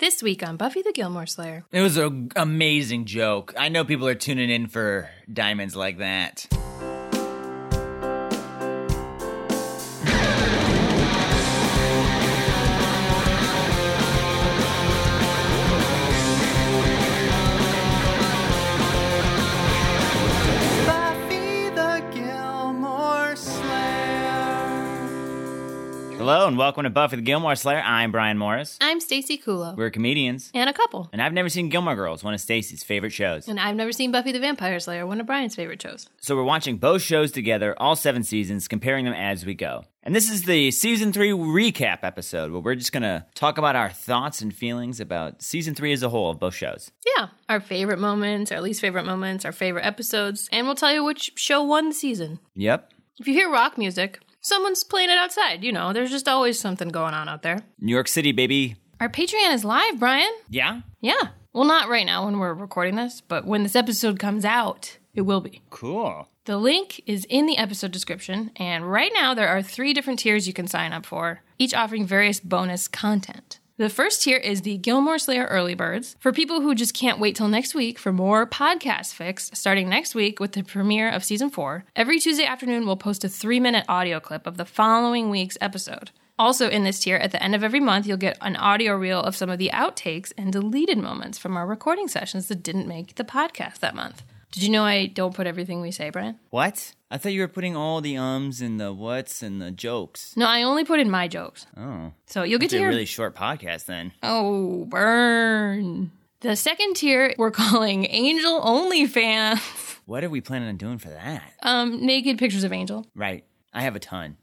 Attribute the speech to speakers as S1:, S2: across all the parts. S1: This week on Buffy the Gilmore Slayer.
S2: It was an amazing joke. I know people are tuning in for diamonds like that. Buffy the Gilmore Slayer. Hello and welcome to Buffy the Gilmore Slayer. I'm Brian Morris.
S1: I'm Stacy Kulo.
S2: We're comedians,
S1: and a couple.
S2: and I've never seen Gilmore Girls, one of Stacy's favorite shows.
S1: And I've never seen Buffy the Vampire Slayer, one of Brian's favorite shows.
S2: So we're watching both shows together, all seven seasons, comparing them as we go. And this is the season three recap episode where we're just gonna talk about our thoughts and feelings about season three as a whole of both shows.
S1: Yeah. Our favorite moments, our least favorite moments, our favorite episodes, and we'll tell you which show won the season.
S2: Yep.
S1: If you hear rock music, someone's playing it outside. You know, there's just always something going on out there.
S2: New York City, baby.
S1: Our Patreon is live, Brian.
S2: Yeah?
S1: Yeah. Well, not right now when we're recording this, but when this episode comes out, it will be.
S2: Cool.
S1: The link is in the episode description, and right now there are three different tiers you can sign up for, each offering various bonus content. The first tier is the Gilmore Slayer Early Birds for people who just can't wait till next week for more podcast fix. Starting next week with the premiere of season four, every Tuesday afternoon we'll post a three minute audio clip of the following week's episode. Also, in this tier, at the end of every month, you'll get an audio reel of some of the outtakes and deleted moments from our recording sessions that didn't make the podcast that month. Did you know I don't put everything we say, Brian?
S2: What? I thought you were putting all the ums and the whats and the jokes.
S1: No, I only put in my jokes.
S2: Oh.
S1: So you'll get
S2: It's
S1: to
S2: a
S1: hear.
S2: really short podcast then.
S1: oh, burn. The second tier we're calling Angel Only Fans.
S2: What are we planning on doing for that?
S1: Um, naked pictures of Angel.
S2: Right. I have a ton.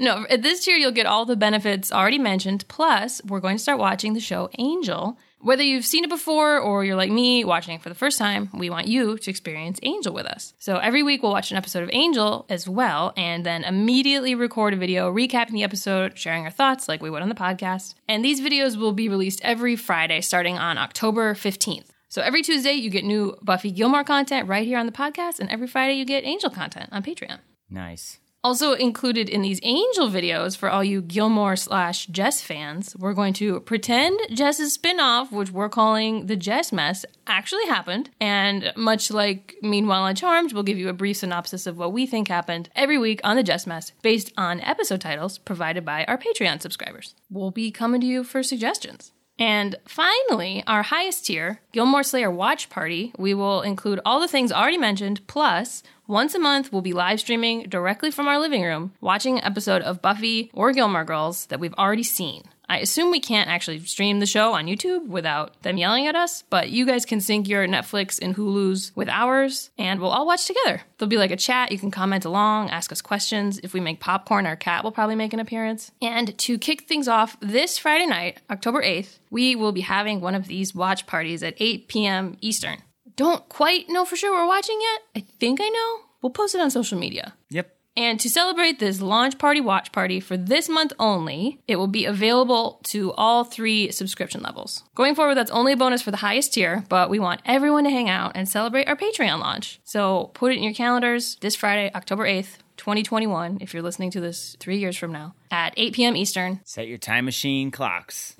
S1: No, at this tier you'll get all the benefits already mentioned. Plus, we're going to start watching the show Angel. Whether you've seen it before or you're like me watching it for the first time, we want you to experience Angel with us. So every week we'll watch an episode of Angel as well, and then immediately record a video recapping the episode, sharing our thoughts like we would on the podcast. And these videos will be released every Friday starting on October 15th. So every Tuesday you get new Buffy Gilmore content right here on the podcast, and every Friday you get Angel content on Patreon.
S2: Nice.
S1: Also included in these Angel videos for all you Gilmore slash Jess fans, we're going to pretend Jess's spinoff, which we're calling the Jess Mess, actually happened. And much like Meanwhile on Charmed, we'll give you a brief synopsis of what we think happened every week on the Jess Mess based on episode titles provided by our Patreon subscribers. We'll be coming to you for suggestions. And finally, our highest tier, Gilmore Slayer Watch Party, we will include all the things already mentioned, plus, once a month, we'll be live streaming directly from our living room, watching an episode of Buffy or Gilmore Girls that we've already seen. I assume we can't actually stream the show on YouTube without them yelling at us, but you guys can sync your Netflix and Hulu's with ours, and we'll all watch together. There'll be like a chat, you can comment along, ask us questions. If we make popcorn, our cat will probably make an appearance. And to kick things off, this Friday night, October 8th, we will be having one of these watch parties at 8 p.m. Eastern. Don't quite know for sure we're watching yet. I think I know. We'll post it on social media.
S2: Yep.
S1: And to celebrate this launch party watch party for this month only, it will be available to all three subscription levels. Going forward, that's only a bonus for the highest tier, but we want everyone to hang out and celebrate our Patreon launch. So put it in your calendars this Friday, October 8th, 2021, if you're listening to this three years from now, at 8 p.m. Eastern.
S2: Set your time machine clocks.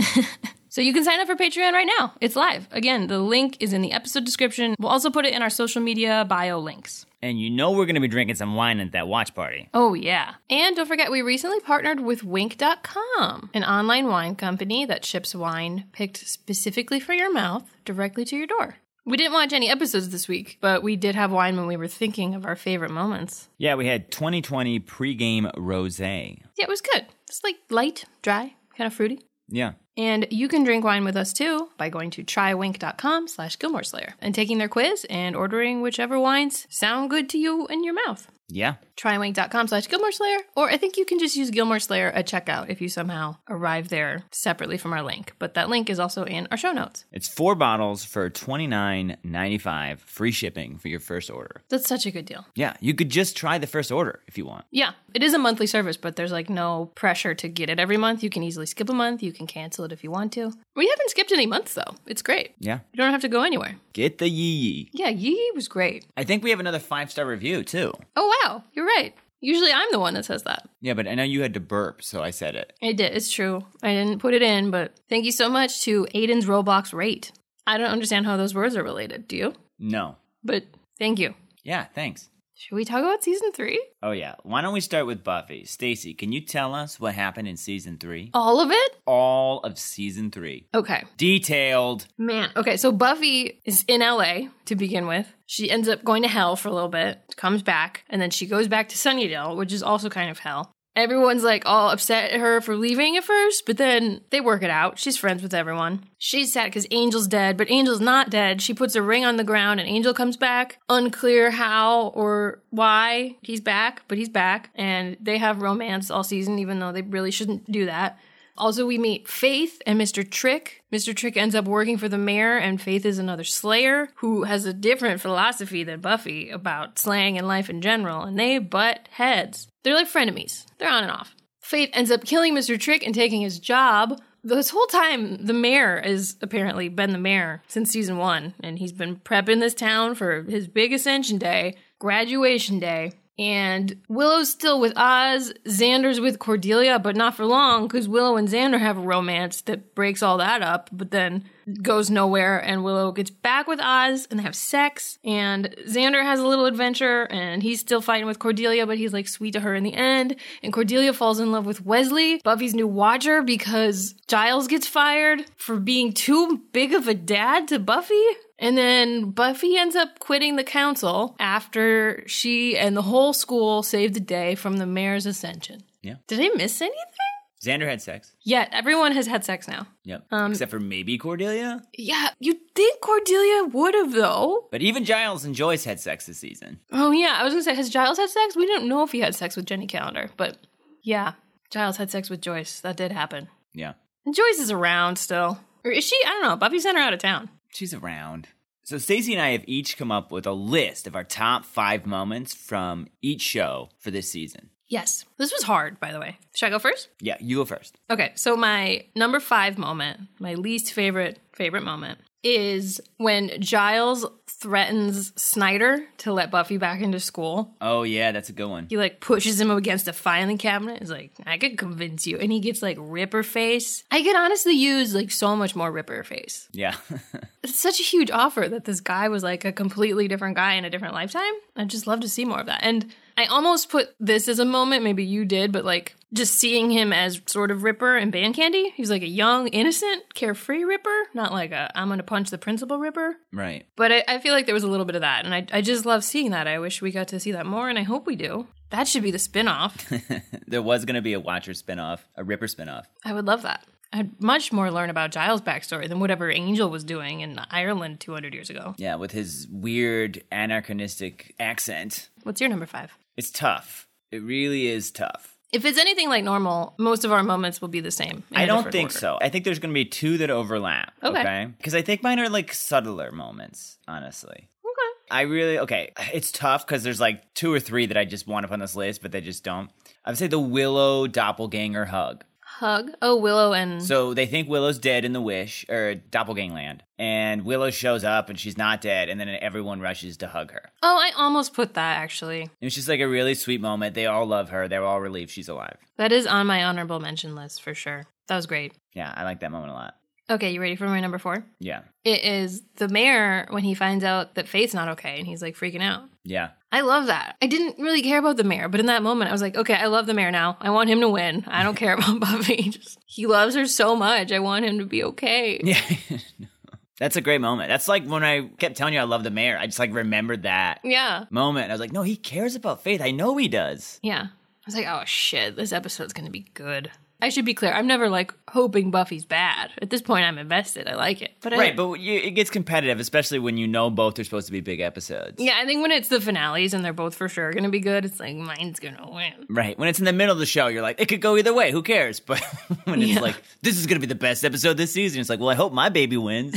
S1: So you can sign up for Patreon right now. It's live. Again, the link is in the episode description. We'll also put it in our social media bio links.
S2: and you know we're gonna be drinking some wine at that watch party.
S1: Oh, yeah. And don't forget, we recently partnered with Wink.com, an online wine company that ships wine picked specifically for your mouth directly to your door. We didn't watch any episodes this week, but we did have wine when we were thinking of our favorite moments.
S2: Yeah, we had 2020 pregame rosé.
S1: Yeah, it was good. It's like light, dry, kind of fruity.
S2: Yeah.
S1: And you can drink wine with us too by going to trywink.com slash Gilmore Slayer and taking their quiz and ordering whichever wines sound good to you in your mouth.
S2: Yeah.
S1: trywink.com slash Gilmore Slayer, or I think you can just use Gilmore Slayer at checkout if you somehow arrive there separately from our link. But that link is also in our show notes.
S2: It's four bottles for $29.95, free shipping for your first order.
S1: That's such a good deal.
S2: Yeah, you could just try the first order if you want.
S1: Yeah, it is a monthly service, but there's like no pressure to get it every month. You can easily skip a month. You can cancel it if you want to. We haven't skipped any months though. It's great.
S2: Yeah.
S1: You don't have to go anywhere.
S2: Get the yee yee.
S1: Yeah, Yee was great.
S2: I think we have another five star review too.
S1: Oh, wow. You're right. Usually I'm the one that says that.
S2: Yeah, but I know you had to burp, so I said it.
S1: I did. It's true. I didn't put it in, but thank you so much to Aiden's Roblox rate. I don't understand how those words are related. Do you?
S2: No.
S1: But thank you.
S2: Yeah, thanks.
S1: Should we talk about season three?
S2: Oh yeah. Why don't we start with Buffy? Stacy, can you tell us what happened in season 3?
S1: All of it?
S2: All of season 3.
S1: Okay.
S2: Detailed.
S1: Man. Okay. So Buffy is in LA to begin with. She ends up going to hell for a little bit, comes back, and then she goes back to Sunnydale, which is also kind of hell. Everyone's like all upset at her for leaving at first, but then they work it out. She's friends with everyone. She's sad because Angel's dead, but Angel's not dead. She puts a ring on the ground and Angel comes back. Unclear how or why he's back, but he's back. And they have romance all season, even though they really shouldn't do that. Also, we meet Faith and Mr. Trick. Mr. Trick ends up working for the mayor, and Faith is another slayer who has a different philosophy than Buffy about slaying and life in general, and they butt heads. They're like frenemies, they're on and off. Faith ends up killing Mr. Trick and taking his job. This whole time, the mayor has apparently been the mayor since season one, and he's been prepping this town for his big ascension day, graduation day. And Willow's still with Oz. Xander's with Cordelia, but not for long because Willow and Xander have a romance that breaks all that up, but then goes nowhere. And Willow gets back with Oz and they have sex. And Xander has a little adventure and he's still fighting with Cordelia, but he's like sweet to her in the end. And Cordelia falls in love with Wesley, Buffy's new watcher, because Giles gets fired for being too big of a dad to Buffy. And then Buffy ends up quitting the council after she and the whole school saved the day from the mayor's ascension.
S2: Yeah.
S1: Did I miss anything?
S2: Xander had sex.
S1: Yeah, everyone has had sex now.
S2: Yep. Except for maybe Cordelia.
S1: Yeah, you'd think Cordelia would have, though.
S2: But even Giles and Joyce had sex this season.
S1: Oh, yeah, I was gonna say, has Giles had sex? We don't know if he had sex with Jenny Calendar, but yeah, Giles had sex with Joyce. That did happen.
S2: Yeah.
S1: And Joyce is around still. Or is she? I don't know. Buffy sent her out of town.
S2: She's around. So Stacey and I have each come up with a list of our top five moments from each show for this season.
S1: Yes. This was hard, by the way. Should I go first?
S2: Yeah, you go first.
S1: Okay, so my number five moment, my least favorite favorite moment, is when Giles threatens Snyder to let Buffy back into school.
S2: Oh yeah, that's a good one.
S1: He like pushes him against a filing cabinet. He's like, I could convince you. And he gets like Ripper face. I could honestly use like so much more Ripper face.
S2: Yeah.
S1: It's such a huge offer that this guy was like a completely different guy in a different lifetime. I'd just love to see more of that. And I almost put this as a moment, maybe you did, but like just seeing him as sort of Ripper and Band Candy. He's like a young, innocent, carefree Ripper, not like a I'm gonna punch the principal Ripper.
S2: right.
S1: But I, I feel like there was a little bit of that, and I, I just love seeing that. I wish we got to see that more, and I hope we do. That should be the spinoff.
S2: There was gonna be a Watcher spinoff, a Ripper spinoff.
S1: I would love that. I'd much more learn about Giles' backstory than whatever Angel was doing in Ireland 200 years ago.
S2: Yeah, with his weird anachronistic accent.
S1: What's your number five?
S2: It's tough. It really is tough.
S1: If it's anything like normal, most of our moments will be the same. in
S2: I
S1: a
S2: don't
S1: different
S2: think
S1: order.
S2: so. I think there's going to be two that overlap.
S1: Okay.
S2: Okay. Because I think mine are like subtler moments, honestly.
S1: Okay.
S2: I really, okay, it's tough because there's like two or three that I just want up on this list, but they just don't. I would say the Willow doppelganger hug.
S1: Hug. Oh, Willow and
S2: So they think Willow's dead in the wish or doppelgangland, and Willow shows up and she's not dead, and then everyone rushes to hug her.
S1: Oh, I almost put that actually.
S2: It was just like a really sweet moment. They all love her. They're all relieved she's alive.
S1: That is on my honorable mention list for sure. That was great.
S2: Yeah, I like that moment a lot.
S1: Okay, you ready for my number 4?
S2: Yeah.
S1: It is the mayor when he finds out that Faith's not okay and he's like freaking out.
S2: Yeah.
S1: I love that. I didn't really care about the mayor, but in that moment, I was like, okay, I love the mayor now. I want him to win. I don't care about Buffy. Just, he loves her so much. I want him to be okay.
S2: Yeah. That's a great moment. That's like when I kept telling you I love the mayor. I just like remembered that
S1: Yeah.
S2: moment. I was like, no, he cares about faith. I know he does.
S1: Yeah. I was like, oh shit, this episode's gonna be good. I should be clear. I'm never like hoping Buffy's bad. At this point, I'm invested. I like it. But I,
S2: Right, but you, it gets competitive, especially when you know both are supposed to be big episodes.
S1: yeah, I think when it's the finales and they're both for sure gonna be good, it's like mine's gonna win.
S2: Right. When it's in the middle of the show, you're like, it could go either way. Who cares? But when it's
S1: Yeah.
S2: like, this is going to be the best episode this season, it's like, well, I hope my baby wins.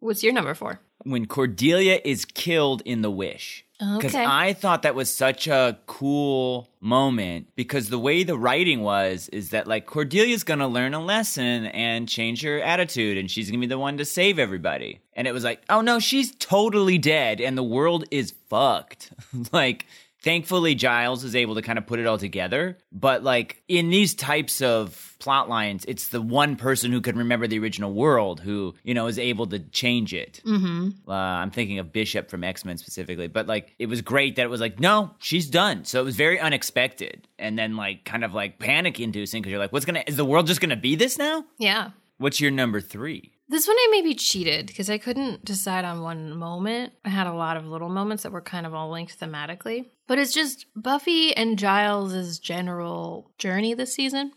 S1: What's your number four?
S2: when Cordelia is killed in The Wish. Because
S1: Okay.
S2: I thought that was such a cool moment because the way the writing was is that like Cordelia's gonna learn a lesson and change her attitude and she's gonna be the one to save everybody. And it was like, oh no, she's totally dead and the world is fucked. like Thankfully, Giles is able to kind of put it all together. But like in these types of plot lines, it's the one person who can remember the original world who, you know, is able to change it. Mm-hmm. Uh, I'm thinking of Bishop from X Men specifically. But like it was great that it was like, no, she's done. So it was very unexpected. And then like kind of like panic inducing because you're like, what's going to, is the world just going to be this now?
S1: Yeah.
S2: What's your number three?
S1: This one I maybe cheated because I couldn't decide on one moment. I had a lot of little moments that were kind of all linked thematically. But it's just Buffy and Giles' general journey this season.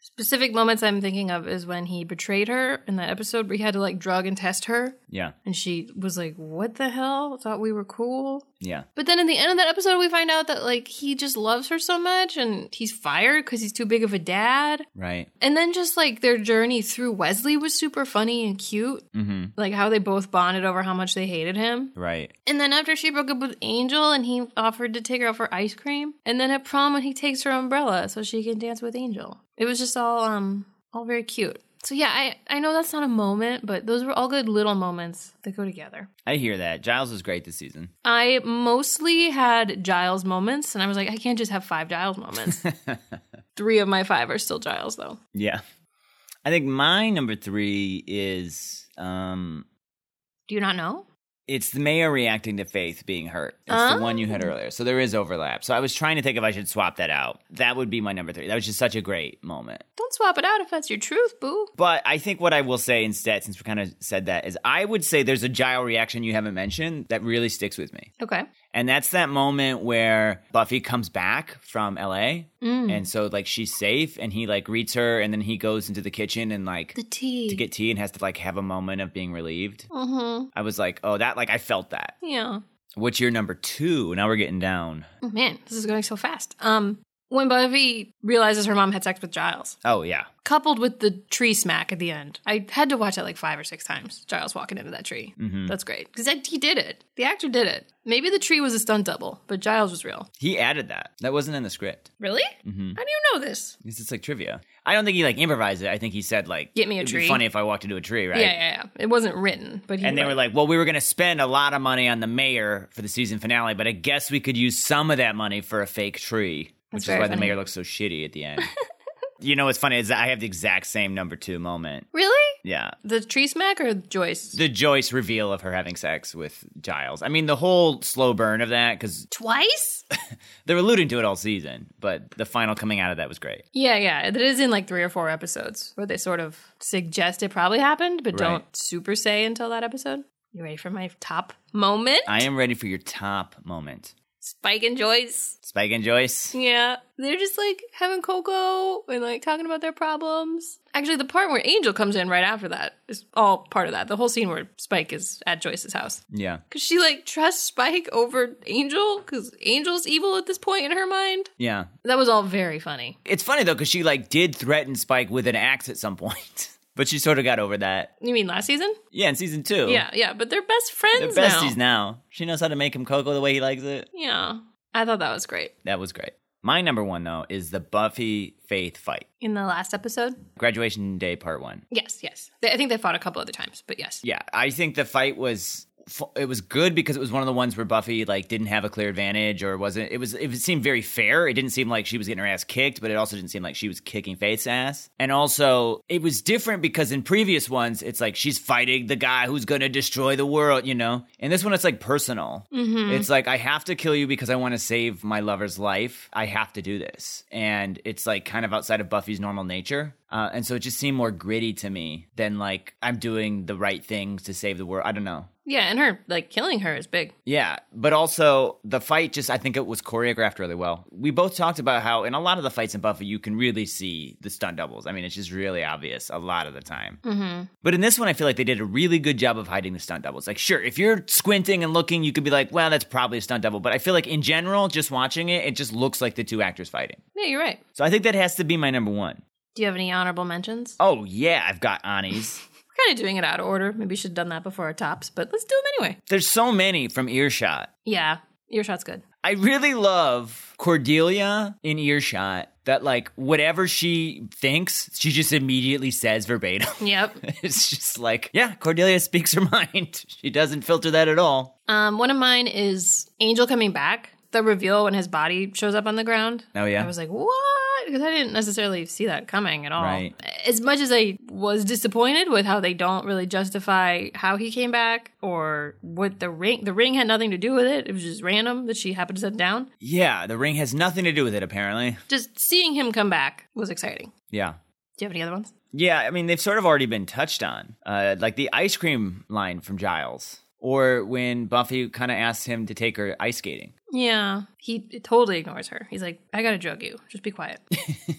S1: Specific moments I'm thinking of is when he betrayed her in that episode where he had to like drug and test her.
S2: Yeah.
S1: And she was like, What the hell? Thought we were cool.
S2: Yeah.
S1: But then in the end of that episode, we find out that like he just loves her so much and he's fired because he's too big of a dad.
S2: Right.
S1: And then just like their journey through Wesley was super funny and cute. Mm-hmm. Like how they both bonded over how much they hated him.
S2: Right.
S1: And then after she broke up with Angel and he offered to take her out for ice cream. And then at prom when he takes her umbrella so she can dance with Angel. It was just all um all very cute. So yeah, I, I know that's not a moment, but those were all good little moments that go together.
S2: I hear that. Giles was great this season.
S1: I mostly had Giles moments and I was like, I can't just have five Giles moments. Three of my five are still Giles though.
S2: Yeah. I think my number three is um
S1: Do you not know?
S2: it's the mayor reacting to Faith being hurt. It's the one you had earlier. So there is overlap. So I was trying to think if I should swap that out. That would be my number three. That was just such a great moment.
S1: Don't swap it out if that's your truth, boo.
S2: But I think what I will say instead, since we kind of said that, is I would say there's a Giles reaction you haven't mentioned that really sticks with me.
S1: Okay.
S2: And that's that moment where Buffy comes back from LA.
S1: Mm.
S2: And so, like, she's safe and he, like, greets her and then he goes into the kitchen and, like,
S1: The tea.
S2: to get tea and has to, like, have a moment of being relieved.
S1: Oh.
S2: Mm-hmm. I was like, oh, that, like, I felt that.
S1: yeah.
S2: What's your number two? Now we're getting down.
S1: Oh, man, this is going so fast. Um, when Buffy realizes her mom had sex with Giles,
S2: Oh, yeah.
S1: coupled with the tree smack at the end, I had to watch it like five or six times. Giles walking into that tree. That's great because he did it. The actor did it. Maybe the tree was a stunt double, but Giles was real.
S2: He added that. That wasn't in the script.
S1: Really?
S2: Mm-hmm.
S1: How do you know this?
S2: It's just like trivia. I don't think he, like, improvised it. I think he said, like,
S1: Get me a
S2: it'd
S1: tree.
S2: Be funny if I walked into a tree, right?
S1: Yeah, yeah, yeah. It wasn't written, but he
S2: And they were like, well, we were going to spend a lot of money on the mayor for the season finale, but I guess we could use some of that money for a fake tree,
S1: That's
S2: which is
S1: very
S2: why the
S1: funny.
S2: mayor looks so shitty at the end. you know what's funny is that I have the exact same number two moment.
S1: really
S2: Yeah.
S1: the tree smack or Joyce
S2: The Joyce reveal of her having sex with Giles. I mean, the whole slow burn of that, because
S1: twice?
S2: they're alluding to it all season, but the final coming out of that was great.
S1: yeah, yeah. It is in like three or four episodes where they sort of suggest it probably happened, but
S2: Right.
S1: don't super say until that episode. You ready for my top moment?
S2: I am ready for your top moment.
S1: Spike and Joyce.
S2: Spike and Joyce.
S1: Yeah. They're just like having cocoa and like talking about their problems. Actually, the part where Angel comes in right after that is all part of that. The whole scene where Spike is at Joyce's house.
S2: Yeah.
S1: Because she like trusts Spike over Angel because Angel's evil at this point in her mind.
S2: Yeah.
S1: That was all very funny.
S2: It's funny though, because she like did threaten Spike with an axe at some point, but she sort of got over that.
S1: You mean last season?
S2: Yeah, in season two.
S1: Yeah, yeah. But they're best
S2: Oh. They're
S1: friends now.
S2: besties now. She knows how to make him cocoa the way he likes it.
S1: Yeah. I thought that was great.
S2: That was great. My number one though is the Buffy Faith fight,
S1: In the last episode?
S2: graduation day part one.
S1: Yes, yes. They, I think they fought a couple other times, but yes.
S2: Yeah, I think the fight was f- it was good because it was one of the ones where Buffy like didn't have a clear advantage or wasn't. It was it seemed very fair. It didn't seem like she was getting her ass kicked, but it also didn't seem like she was kicking Faith's ass. And also, it was different because in previous ones, it's like she's fighting the guy who's going to destroy the world, you know. And this one, it's like personal. It's like I have to kill you because I want to save my lover's life. I have to do this, and it's like kind of outside of Buffy's normal nature. Uh, and so it just seemed more gritty to me than like I'm doing the right things to save the world. I don't know.
S1: Yeah, and her like killing her is big.
S2: Yeah, but also the fight just I think it was choreographed really well. We both talked about how in a lot of the fights in Buffy you can really see the stunt doubles. I mean, it's just really obvious a lot of the time. Mm-hmm. But in this one, I feel like they did a really good job of hiding the stunt doubles. Like, sure, if you're squinting and looking, you could be like, well, that's probably a stunt double. But I feel like in general, just watching it, it just looks like the two actors fighting.
S1: Yeah, you're right.
S2: So I think that has to be my number one.
S1: Do you have any honorable mentions?
S2: Oh yeah, I've got Ani's.
S1: We're kind of doing it out of order. Maybe we should have done that before our tops, but let's do them anyway.
S2: There's so many from earshot.
S1: Yeah, earshot's good.
S2: I really love Cordelia in earshot. That like whatever she thinks, she just immediately says verbatim.
S1: Yep.
S2: it's just like, yeah, Cordelia speaks her mind. She doesn't filter that at all.
S1: um, one of mine is Angel coming back. the reveal when his body shows up on the ground.
S2: Oh, yeah?
S1: I was like, what? Because I didn't necessarily see that coming at all.
S2: Right.
S1: As much as I was disappointed with how they don't really justify how he came back or what the ring, the ring had nothing to do with it. It was just random that she happened to set it down.
S2: Yeah, the ring has nothing to do with it, apparently.
S1: Just seeing him come back was exciting.
S2: Yeah.
S1: Do you have any other ones?
S2: Yeah, I mean, they've sort of already been touched on, uh, like the ice cream line from Giles, or when Buffy kind of asks him to take her ice skating.
S1: Yeah. He totally ignores her. He's like, I gotta drug you. Just be quiet. yeah,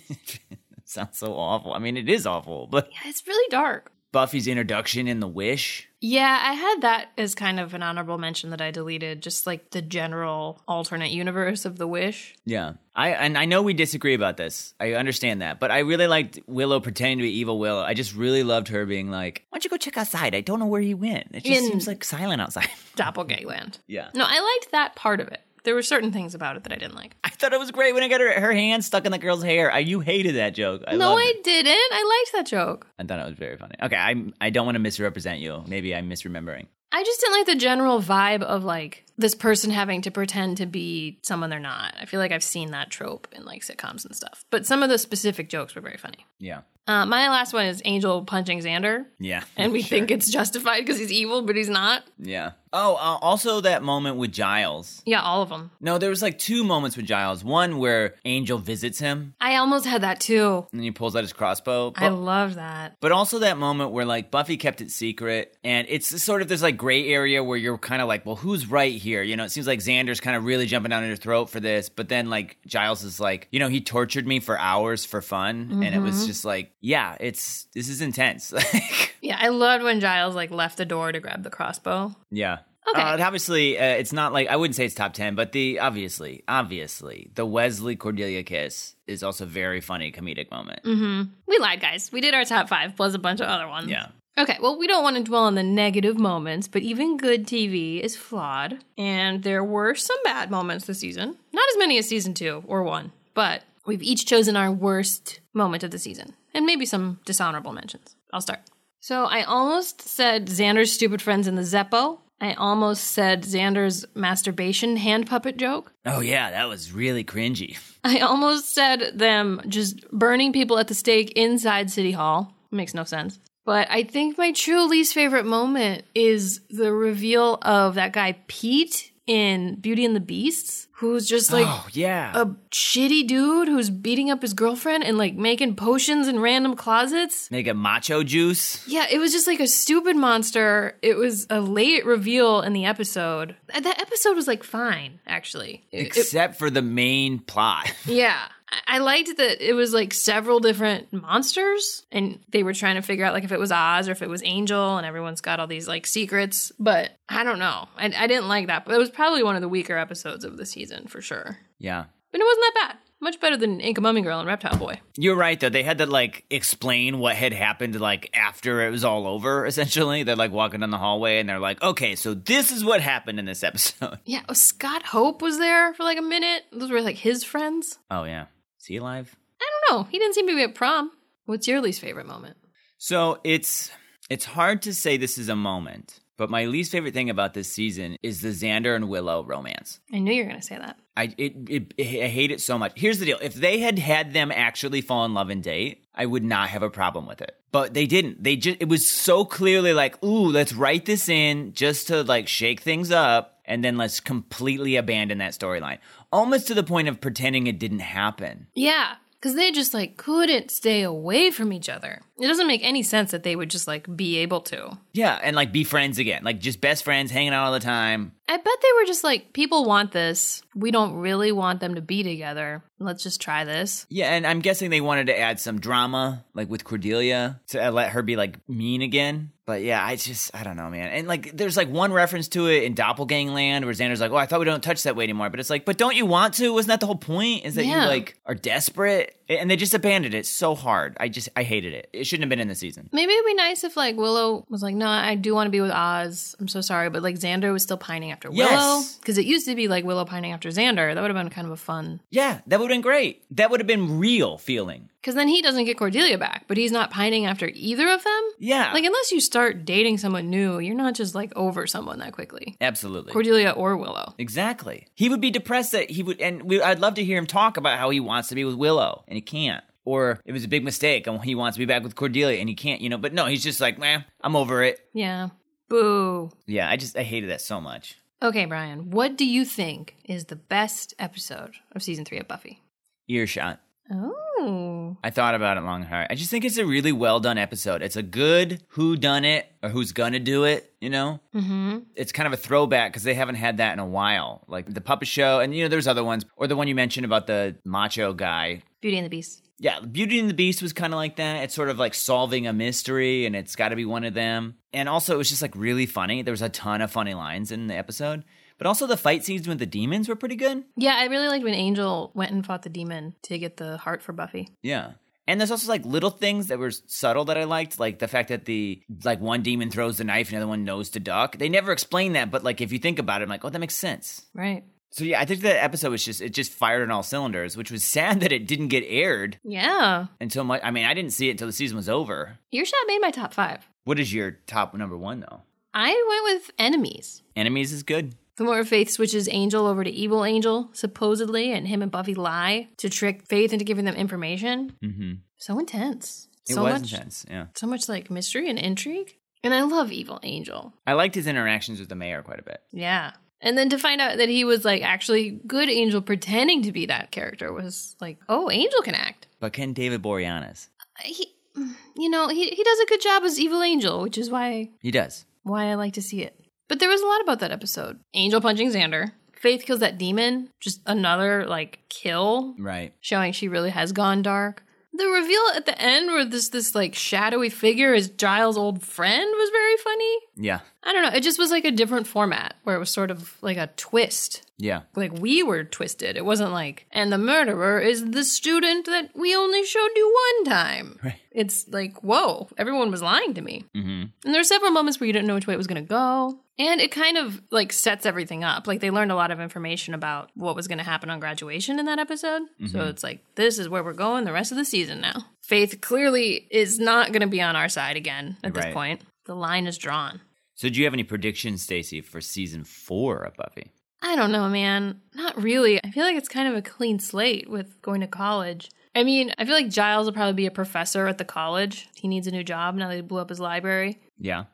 S2: Sounds so awful. I mean, it is awful, but
S1: it's really dark.
S2: Buffy's introduction in The Wish.
S1: Yeah, I had that as kind of an honorable mention that I deleted, just like the general alternate universe of The Wish.
S2: Yeah. I and I know we disagree about this. I understand that. But I really liked Willow pretending to be evil Willow. I just really loved her being like, Why don't you go check outside? I don't know where he went. It just
S1: In-
S2: seems like silent outside.
S1: Doppelgangland.
S2: Yeah.
S1: No, I liked that part of it. There were certain things about it that I didn't like.
S2: I thought it was great when I got her, her hand stuck in the girl's hair. I, you hated that joke. I
S1: no,
S2: loved
S1: I
S2: it.
S1: didn't. I liked that joke.
S2: I thought it was very funny. Okay, I I don't want to misrepresent you. Maybe I'm misremembering.
S1: I just didn't like the general vibe of like this person having to pretend to be someone they're not. I feel like I've seen that trope in like sitcoms and stuff. But some of the specific jokes were very funny.
S2: Yeah.
S1: Uh, my last one is Angel punching Xander.
S2: Yeah.
S1: And we
S2: Sure.
S1: think it's justified because he's evil, but he's not.
S2: Yeah. Oh, uh, also that moment with Giles.
S1: Yeah, all of them.
S2: No, there was like two moments with Giles. One where Angel visits him
S1: I almost had that too.
S2: and he pulls out his crossbow.
S1: I
S2: But-
S1: love that.
S2: But also that moment where like Buffy kept it secret, and it's this sort of this like gray area where you're kind of like, well, who's right here? You know, it seems like Xander's kind of really jumping down your throat for this, but then like Giles is like, you know, he tortured me for hours for fun, and it was just like, yeah, it's this is intense. Like,
S1: Yeah, I loved when Giles like left the door to grab the crossbow.
S2: yeah.
S1: Okay.
S2: Uh, obviously, uh, it's not like I wouldn't say it's top ten, but the obviously, obviously, the Wesley Cordelia kiss is also a very funny comedic moment.
S1: We lied, guys. We did our top five plus a bunch of other ones.
S2: Yeah.
S1: Okay, well, we don't want to dwell on the negative moments, but even good TV is flawed. And there were some bad moments this season. Not as many as season two or one, but we've each chosen our worst moment of the season and maybe some dishonorable mentions. I'll start. So I almost said Xander's stupid friends in the Zeppo. I almost said Xander's masturbation hand puppet joke.
S2: Oh yeah, that was really cringy.
S1: I almost said them just burning people at the stake inside City Hall. Makes no sense. But I think my true least favorite moment is the reveal of that guy Pete in Beauty and the Beasts, who's just like
S2: Oh yeah,
S1: a shitty dude who's beating up his girlfriend and like making potions in random closets.
S2: make a macho juice.
S1: Yeah, it was just like a stupid monster. It was a late reveal in the episode. Uh, That episode was like fine, actually. It- it-
S2: except for the main plot.
S1: Yeah. I- I liked that it was like several different monsters and they were trying to figure out like if it was Oz or if it was Angel and everyone's got all these like secrets. But I don't know. I, I didn't like that. But it was probably one of the weaker episodes of the season for sure.
S2: yeah. But
S1: But it wasn't that bad. Much better than Inca Mummy Girl and Reptile Boy.
S2: You're right though. They had to like explain what had happened like after it was all over essentially. They're like walking down the hallway and they're like, "Okay, so this is what happened in this episode."
S1: Yeah. oh, Scott Hope was there for like a minute. Those were like his friends.
S2: Oh yeah. See he alive?
S1: I don't know. He didn't seem to be at prom. What's your least favorite moment?
S2: So, it's it's hard to say this is a moment, but my least favorite thing about this season is the Xander and Willow romance.
S1: I knew you were going to say that.
S2: I it, it I hate it so much. Here's the deal: if they had had them actually fall in love and date, I would not have a problem with it. But they didn't. They just it was so clearly like, ooh, let's write this in just to like shake things up, and then let's completely abandon that storyline, almost to the point of pretending it didn't happen.
S1: Yeah, because they just like couldn't stay away from each other. It doesn't make any sense that they would just like be able to.
S2: Yeah, and like be friends again, like just best friends hanging out all the time.
S1: I bet they were just like, people want this. We don't really want them to be together. Let's just try this.
S2: Yeah, and I'm guessing they wanted to add some drama, like with Cordelia, to uh, let her be like mean again. But yeah, I just I don't know, man. And like, there's like one reference to it in Doppelgangland where Xander's like, "Oh, I thought we don't touch that way anymore," but it's like, "But don't you want to? Wasn't that the whole point? Is that
S1: Yeah.
S2: you like are desperate?" and they just abandoned it so hard. I just I hated it. It shouldn't have been in the season.
S1: Maybe it'd be nice if like Willow was like, no, I do want to be with Oz. I'm so sorry, but like Xander was still pining after
S2: Yes.
S1: Willow because it used to be like Willow pining after Xander. That would have been kind of a fun
S2: Yeah, that would have been great. That would have been real feeling.
S1: because then he doesn't get Cordelia back, but he's not pining after either of them.
S2: Yeah,
S1: Like unless you start dating someone new, you're not just like over someone that quickly.
S2: absolutely.
S1: Cordelia or Willow.
S2: Exactly. He would be depressed that he would, and we, I'd love to hear him talk about how he wants to be with Willow and he can't. Or it was a big mistake and he wants to be back with Cordelia and he can't, you know. But no, he's just like, man, I'm over it.
S1: Yeah. Boo.
S2: Yeah, I just, I hated that so much.
S1: Okay, Brian, what do you think is the best episode of season three of Buffy?
S2: Earshot.
S1: Oh.
S2: I thought about it long and hard. I just think it's a really well done episode. It's a good who done it or who's gonna do it, you know?
S1: Mm-hmm.
S2: It's kind of a throwback because they haven't had that in a while. Like the puppet show, and you know, there's other ones, or the one you mentioned about the macho guy
S1: Beauty and the Beast.
S2: Yeah, Beauty and the Beast was kind of like that. It's sort of like solving a mystery, and it's got to be one of them. And also, it was just like really funny. There was a ton of funny lines in the episode, but also the fight scenes with the demons were pretty good.
S1: Yeah, I really liked when Angel went and fought the demon to get the heart for Buffy.
S2: Yeah. And there's also like little things that were subtle that I liked, like the fact that the like one demon throws the knife, another one knows to duck. They never explain that, but like if you think about it, I'm like, oh, that makes sense.
S1: Right.
S2: So yeah, I think that episode was just it just fired on all cylinders, which was sad that it didn't get aired
S1: Yeah.
S2: until much. I mean, I didn't see it until the season was over.
S1: Earshot made my top five.
S2: What is your top number one though?
S1: I went with Enemies.
S2: Enemies is good.
S1: The more Faith switches Angel over to Evil Angel, supposedly, and him and Buffy lie to trick Faith into giving them information.
S2: Mm-hmm.
S1: So intense.
S2: It
S1: so
S2: was
S1: much
S2: intense. Yeah,
S1: so much like mystery and intrigue. And I love Evil Angel.
S2: I liked his interactions with the mayor quite a bit.
S1: Yeah. And then to find out that he was like actually good Angel pretending to be that character was like, oh, Angel can act.
S2: But can David Boreanaz?
S1: He, you know, he, he does a good job as Evil Angel, which is why
S2: He does.
S1: why I like to see it. But there was a lot about that episode. Angel punching Xander. Faith kills that demon. Just another like kill
S2: Right.
S1: showing she really has gone dark. The reveal at the end where this this like shadowy figure is Giles' old friend was very funny.
S2: Yeah.
S1: I don't know. It just was like a different format where it was sort of like a twist.
S2: Yeah.
S1: Like we were twisted. It wasn't like, and the murderer is the student that we only showed you one time.
S2: Right.
S1: It's like, whoa, everyone was lying to me.
S2: Mm-hmm.
S1: And there are several moments where you didn't know which way it was going to go. And it kind of like sets everything up. Like they learned a lot of information about what was going to happen on graduation in that episode. So
S2: Mm-hmm.
S1: it's like, this is where we're going the rest of the season now. Faith clearly is not going to be on our side again at
S2: Right.
S1: this point. The line is drawn.
S2: So, do you have any predictions, Stacy, for season four of Buffy?
S1: I don't know, man. Not really. I feel like it's kind of a clean slate with going to college. I mean, I feel like Giles will probably be a professor at the college. He needs a new job now that he blew up his library.
S2: Yeah.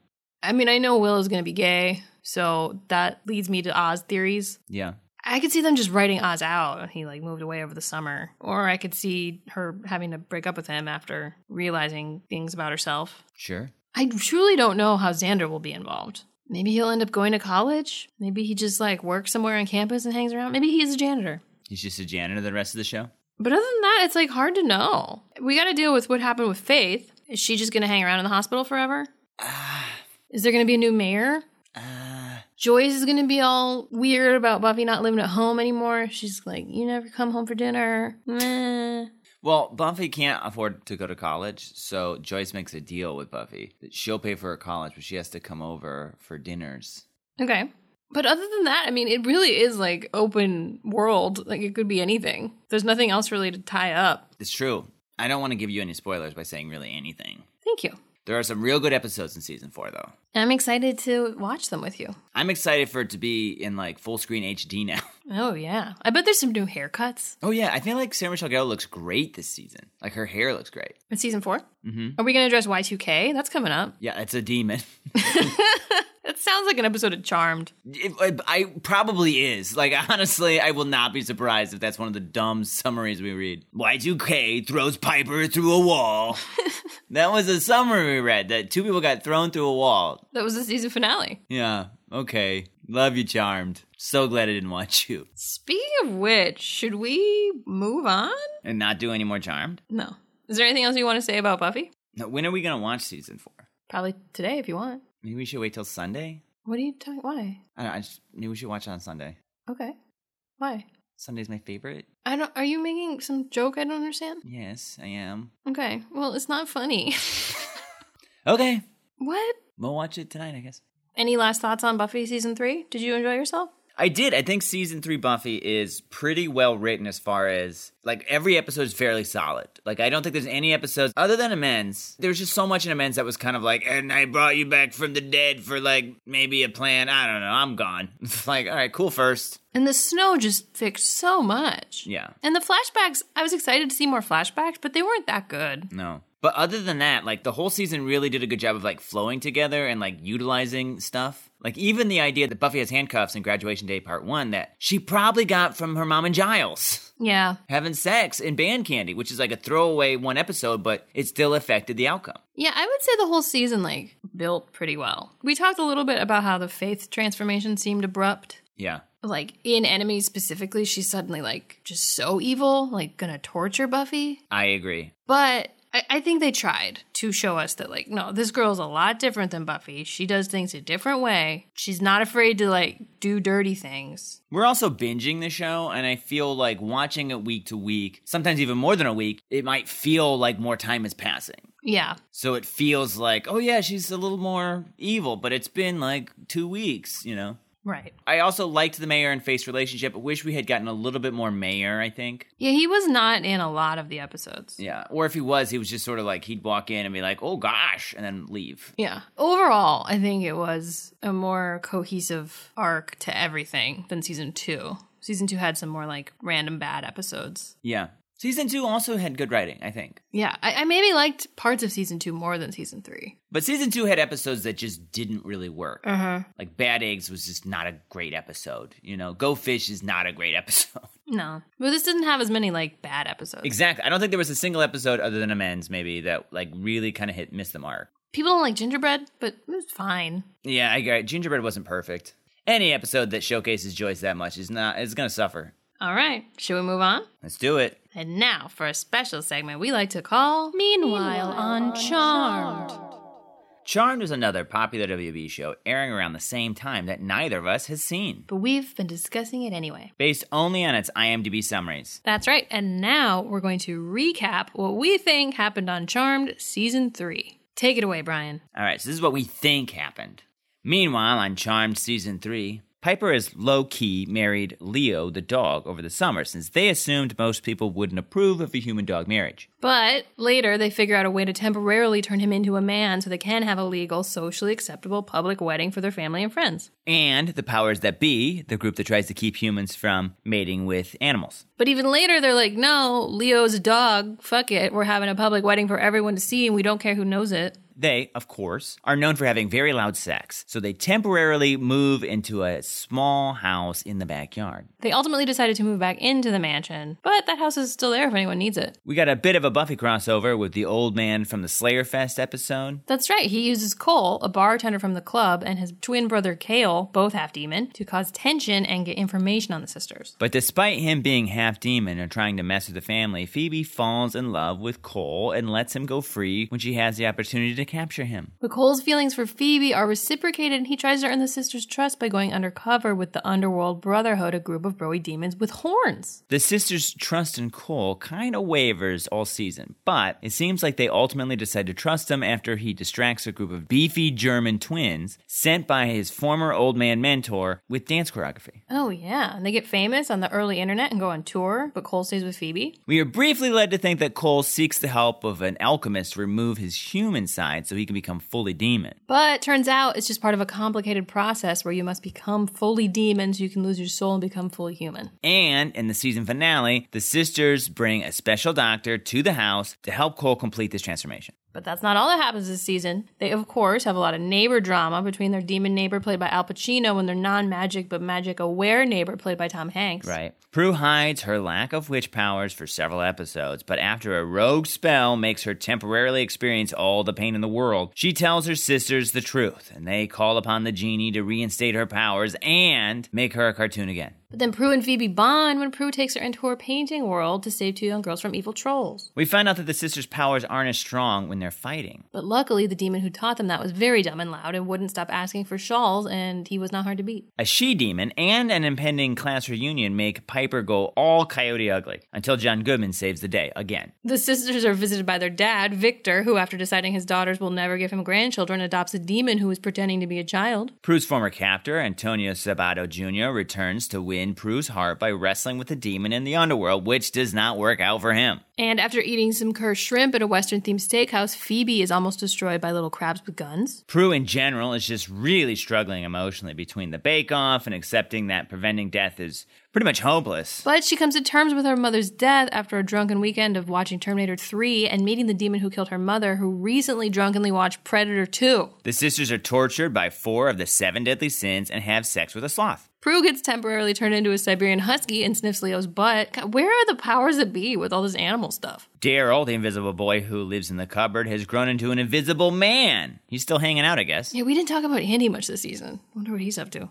S1: I mean, I know Will is going to be gay, so that leads me to Oz theories.
S2: Yeah.
S1: I could see them just writing Oz out when he like moved away over the summer, or I could see her having to break up with him after realizing things about herself.
S2: Sure.
S1: I truly don't know how Xander will be involved. Maybe he'll end up going to college. Maybe he just like works somewhere on campus and hangs around. Maybe he's a janitor.
S2: He's just a janitor the rest of the show.
S1: But other than that, it's like hard to know. We got to deal with what happened with Faith. Is she just going to hang around in the hospital forever? Is there going to be a new mayor? Joyce is going to be all weird about Buffy not living at home anymore. She's like, You never come home for dinner. Meh.
S2: Well, Buffy can't afford to go to college, so Joyce makes a deal with Buffy that she'll pay for her college, but she has to come over for dinners.
S1: Okay. But other than that, I mean, it really is like open world. Like it could be anything. There's nothing else really to tie up.
S2: It's true. I don't want to give you any spoilers by saying really anything.
S1: Thank you.
S2: There are some real good episodes in season four, though.
S1: I'm excited to watch them with you.
S2: I'm excited for it to be in like full screen HD now.
S1: Oh, yeah. I bet there's some new haircuts
S2: Oh yeah, I feel like Sarah Michelle Gellar looks great this season. Like her hair looks great.
S1: in season 4 Mm-hmm. Are we going to address Y2K? That's coming up.
S2: Yeah, it's a demon.
S1: That sounds like an episode of Charmed.
S2: It, I, I- probably is. Like honestly, I will not be surprised if that's one of the dumb summaries we read. Y2K throws Piper through a wall. that was a summary we read that two people got thrown through a wall.
S1: That was the season finale.
S2: Yeah. Okay. Love you, Charmed. So glad I didn't watch you.
S1: Speaking of which, should we move on?
S2: And not do any more Charmed.
S1: No. Is there anything else you want to say about Buffy?
S2: Now, when are we gonna watch season four?
S1: Probably today if you want.
S2: Maybe we should wait till Sunday.
S1: What are you talking? Why?
S2: I, don't know, I just maybe we should watch it on Sunday.
S1: Okay. Why?
S2: Sunday's my favorite.
S1: I don't. Are you making some joke I don't understand?
S2: Yes, I am.
S1: Okay. Well, it's not funny.
S2: Okay,
S1: what?
S2: we'll watch it tonight, I guess.
S1: Any last thoughts on Buffy season three? Did you enjoy yourself?
S2: I did. I think season three Buffy is pretty well written as far as like every episode is fairly solid. Like I don't think there's any episodes other than Amends. There's just so much in Amends that was kind of like, and I brought you back from the dead for like maybe a plan. I don't know. I'm gone. It's like all right, cool first.
S1: And the snow just fixed so much.
S2: Yeah.
S1: And the flashbacks, I was excited to see more flashbacks, but they weren't that good.
S2: No. But other than that, like the whole season really did a good job of like flowing together and like utilizing stuff. Like even the idea that Buffy has handcuffs in graduation day part one that she probably got from her mom and Giles.
S1: Yeah.
S2: having sex and band candy, which is like a throwaway one episode, but it still affected the outcome.
S1: Yeah, I would say the whole season like built pretty well. We talked a little bit about how the faith transformation seemed abrupt.
S2: Yeah.
S1: Like in enemies specifically, she's suddenly like just so evil, like gonna torture Buffy.
S2: I agree.
S1: But I, I think they tried to show us that like, no, this girl's a lot different than Buffy. She does things a different way. She's not afraid to like do dirty things.
S2: We're also binging the show, and I feel like watching it week to week, sometimes even more than a week, it might feel like more time is passing.
S1: Yeah.
S2: So it feels like, oh yeah, she's a little more evil, but it's been like two weeks, you know?
S1: Right.
S2: I also liked the mayor and face relationship. I wish we had gotten a little bit more mayor, I think.
S1: Yeah, he was not in a lot of the episodes.
S2: Yeah. Or if he was, he was just sort of like, he'd walk in and be like, oh gosh, and then leave.
S1: Yeah. Overall, I think it was a more cohesive arc to everything than season two. Season two had some more like random bad episodes.
S2: Yeah. Season two also had good writing, I think.
S1: Yeah, I, I maybe liked parts of season two more than season three.
S2: But season two had episodes that just didn't really work.
S1: Uh huh.
S2: Like Bad Eggs was just not a great episode. You know, Go Fish is not a great episode.
S1: No, but this didn't have as many like bad episodes.
S2: exactly. I don't think there was a single episode other than Amends maybe that like really kind of hit missed the mark.
S1: People don't like gingerbread, but it was fine.
S2: Yeah, I got Gingerbread wasn't perfect. Any episode that showcases Joyce that much is not is gonna suffer.
S1: All right, should we move on?
S2: Let's do it.
S1: And now for a special segment we like to call Meanwhile, on Charmed.
S2: Charmed was another popular WB show airing around the same time that neither of us has seen.
S1: But we've been discussing it anyway.
S2: Based only on its IMDb summaries.
S1: That's right. And now we're going to recap what we think happened on Charmed season three. Take it away, Brian.
S2: All right, so this is what we think happened. Meanwhile, on Charmed Season 3, Piper has low key married Leo the dog over the summer since they assumed most people wouldn't approve of a human dog marriage.
S1: But later, they figure out a way to temporarily turn him into a man so they can have a legal, socially acceptable public wedding for their family and friends.
S2: And the powers that be, the group that tries to keep humans from mating with animals.
S1: But even later, they're like, no, Leo's a dog. Fuck it. We're having a public wedding for everyone to see, and we don't care who knows it.
S2: They, of course, are known for having very loud sex, so they temporarily move into a small house in the backyard.
S1: They ultimately decided to move back into the mansion, but that house is still there if anyone needs it.
S2: We got a bit of a Buffy crossover with the old man from the Slayer Fest episode.
S1: That's right. He uses Cole, a bartender from the club, and his twin brother Kale, both half demon, to cause tension and get information on the sisters.
S2: But despite him being half demon and trying to mess with the family, Phoebe falls in love with Cole and lets him go free when she has the opportunity to capture him.
S1: But Cole's feelings for Phoebe are reciprocated, and he tries to earn the sisters' trust by going undercover with the Underworld Brotherhood, a group of broy demons with horns.
S2: The sisters' trust in Cole kind of wavers all season, but it seems like they ultimately decide to trust him after he distracts a group of beefy German twins sent by his former old man mentor with dance choreography.
S1: Oh, yeah. And they get famous on the early internet and go on tour, but Cole stays with Phoebe.
S2: We are briefly led to think that Cole seeks the help of an alchemist to remove his human side so he can become fully demon.
S1: But turns out it's just part of a complicated process where you must become fully demon so you can lose your soul and become fully human.
S2: And in the season finale, the sisters bring a special doctor to the house to help Cole complete this transformation.
S1: But that's not all that happens this season. They, of course, have a lot of neighbor drama between their demon neighbor, played by Al Pacino, and their non magic but magic aware neighbor, played by Tom Hanks.
S2: Right. Prue hides her lack of witch powers for several episodes, but after a rogue spell makes her temporarily experience all the pain in the world, she tells her sisters the truth, and they call upon the genie to reinstate her powers and make her a cartoon again.
S1: But then Prue and Phoebe bond when Prue takes her into her painting world to save two young girls from evil trolls.
S2: We find out that the sisters' powers aren't as strong when they're fighting.
S1: But luckily, the demon who taught them that was very dumb and loud and wouldn't stop asking for shawls, and he was not hard to beat.
S2: A she demon and an impending class reunion make Piper go all coyote ugly until John Goodman saves the day again.
S1: The sisters are visited by their dad, Victor, who, after deciding his daughters will never give him grandchildren, adopts a demon who is pretending to be a child.
S2: Prue's former captor, Antonio Sabato Jr., returns to win Prue's heart by wrestling with the demon in the underworld, which does not work out for him.
S1: And after eating some cursed shrimp at a Western themed steakhouse, Phoebe is almost destroyed by little crabs with guns.
S2: Prue, in general, is just really struggling emotionally between the bake off and accepting that preventing death is pretty much hopeless.
S1: But she comes to terms with her mother's death after a drunken weekend of watching Terminator 3 and meeting the demon who killed her mother, who recently drunkenly watched Predator 2.
S2: The sisters are tortured by four of the seven deadly sins and have sex with a sloth.
S1: Prue gets temporarily turned into a Siberian husky and sniffs Leo's butt. God, where are the powers that be with all this animal stuff?
S2: Daryl, the invisible boy who lives in the cupboard, has grown into an invisible man. He's still hanging out, I guess.
S1: Yeah, we didn't talk about Andy much this season. Wonder what he's up to.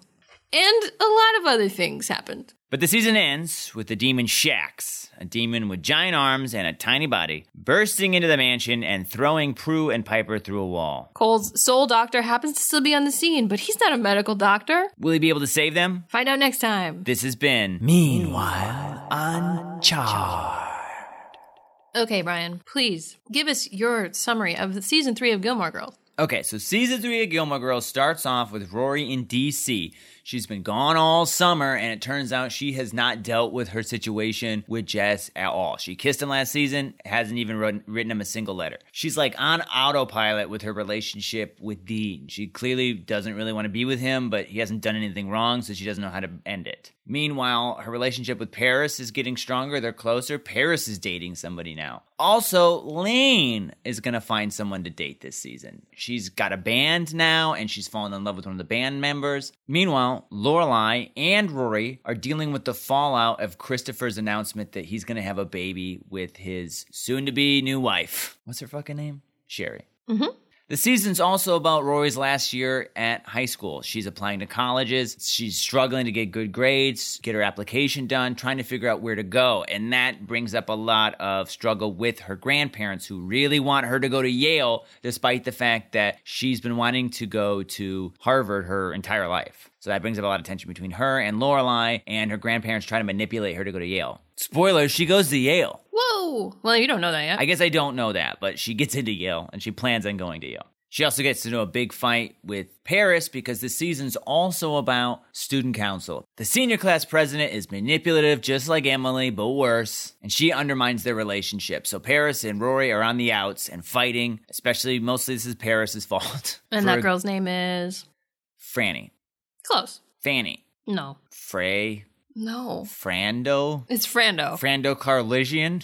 S1: And a lot of other things happened.
S2: But the season ends with the demon Shax, a demon with giant arms and a tiny body, bursting into the mansion and throwing Prue and Piper through a wall.
S1: Cole's soul doctor happens to still be on the scene, but he's not a medical doctor.
S2: Will he be able to save them?
S1: Find out next time.
S2: This has been Meanwhile on Char.
S1: Okay, Brian, please give us your summary of season three of Gilmore Girls.
S2: Okay, so season three of Gilmore Girls starts off with Rory in DC. She's been gone all summer, and it turns out she has not dealt with her situation with Jess at all. She kissed him last season, hasn't even wrote, written him a single letter. She's like on autopilot with her relationship with Dean. She clearly doesn't really want to be with him, but he hasn't done anything wrong, so she doesn't know how to end it. Meanwhile, her relationship with Paris is getting stronger. They're closer. Paris is dating somebody now. Also, Lane is going to find someone to date this season. She's got a band now and she's fallen in love with one of the band members. Meanwhile, Lorelai and Rory are dealing with the fallout of Christopher's announcement that he's going to have a baby with his soon to be new wife. What's her fucking name? Sherry.
S1: Mm-hmm.
S2: The season's also about Rory's last year at high school. She's applying to colleges. She's struggling to get good grades, get her application done, trying to figure out where to go. And that brings up a lot of struggle with her grandparents who really want her to go to Yale, despite the fact that she's been wanting to go to Harvard her entire life. So that brings up a lot of tension between her and Lorelai, and her grandparents trying to manipulate her to go to Yale. Spoiler, she goes to Yale.
S1: Whoa! Well, you don't know that yet.
S2: I guess I don't know that, but she gets into Yale and she plans on going to Yale. She also gets into a big fight with Paris because the season's also about student council. The senior class president is manipulative, just like Emily, but worse, and she undermines their relationship. So Paris and Rory are on the outs and fighting, especially mostly this is Paris's fault.
S1: and
S2: For
S1: that girl's name is.
S2: Franny.
S1: Close.
S2: Fanny.
S1: No.
S2: Frey.
S1: No.
S2: Frando.
S1: It's Frando.
S2: Frando Carlisian.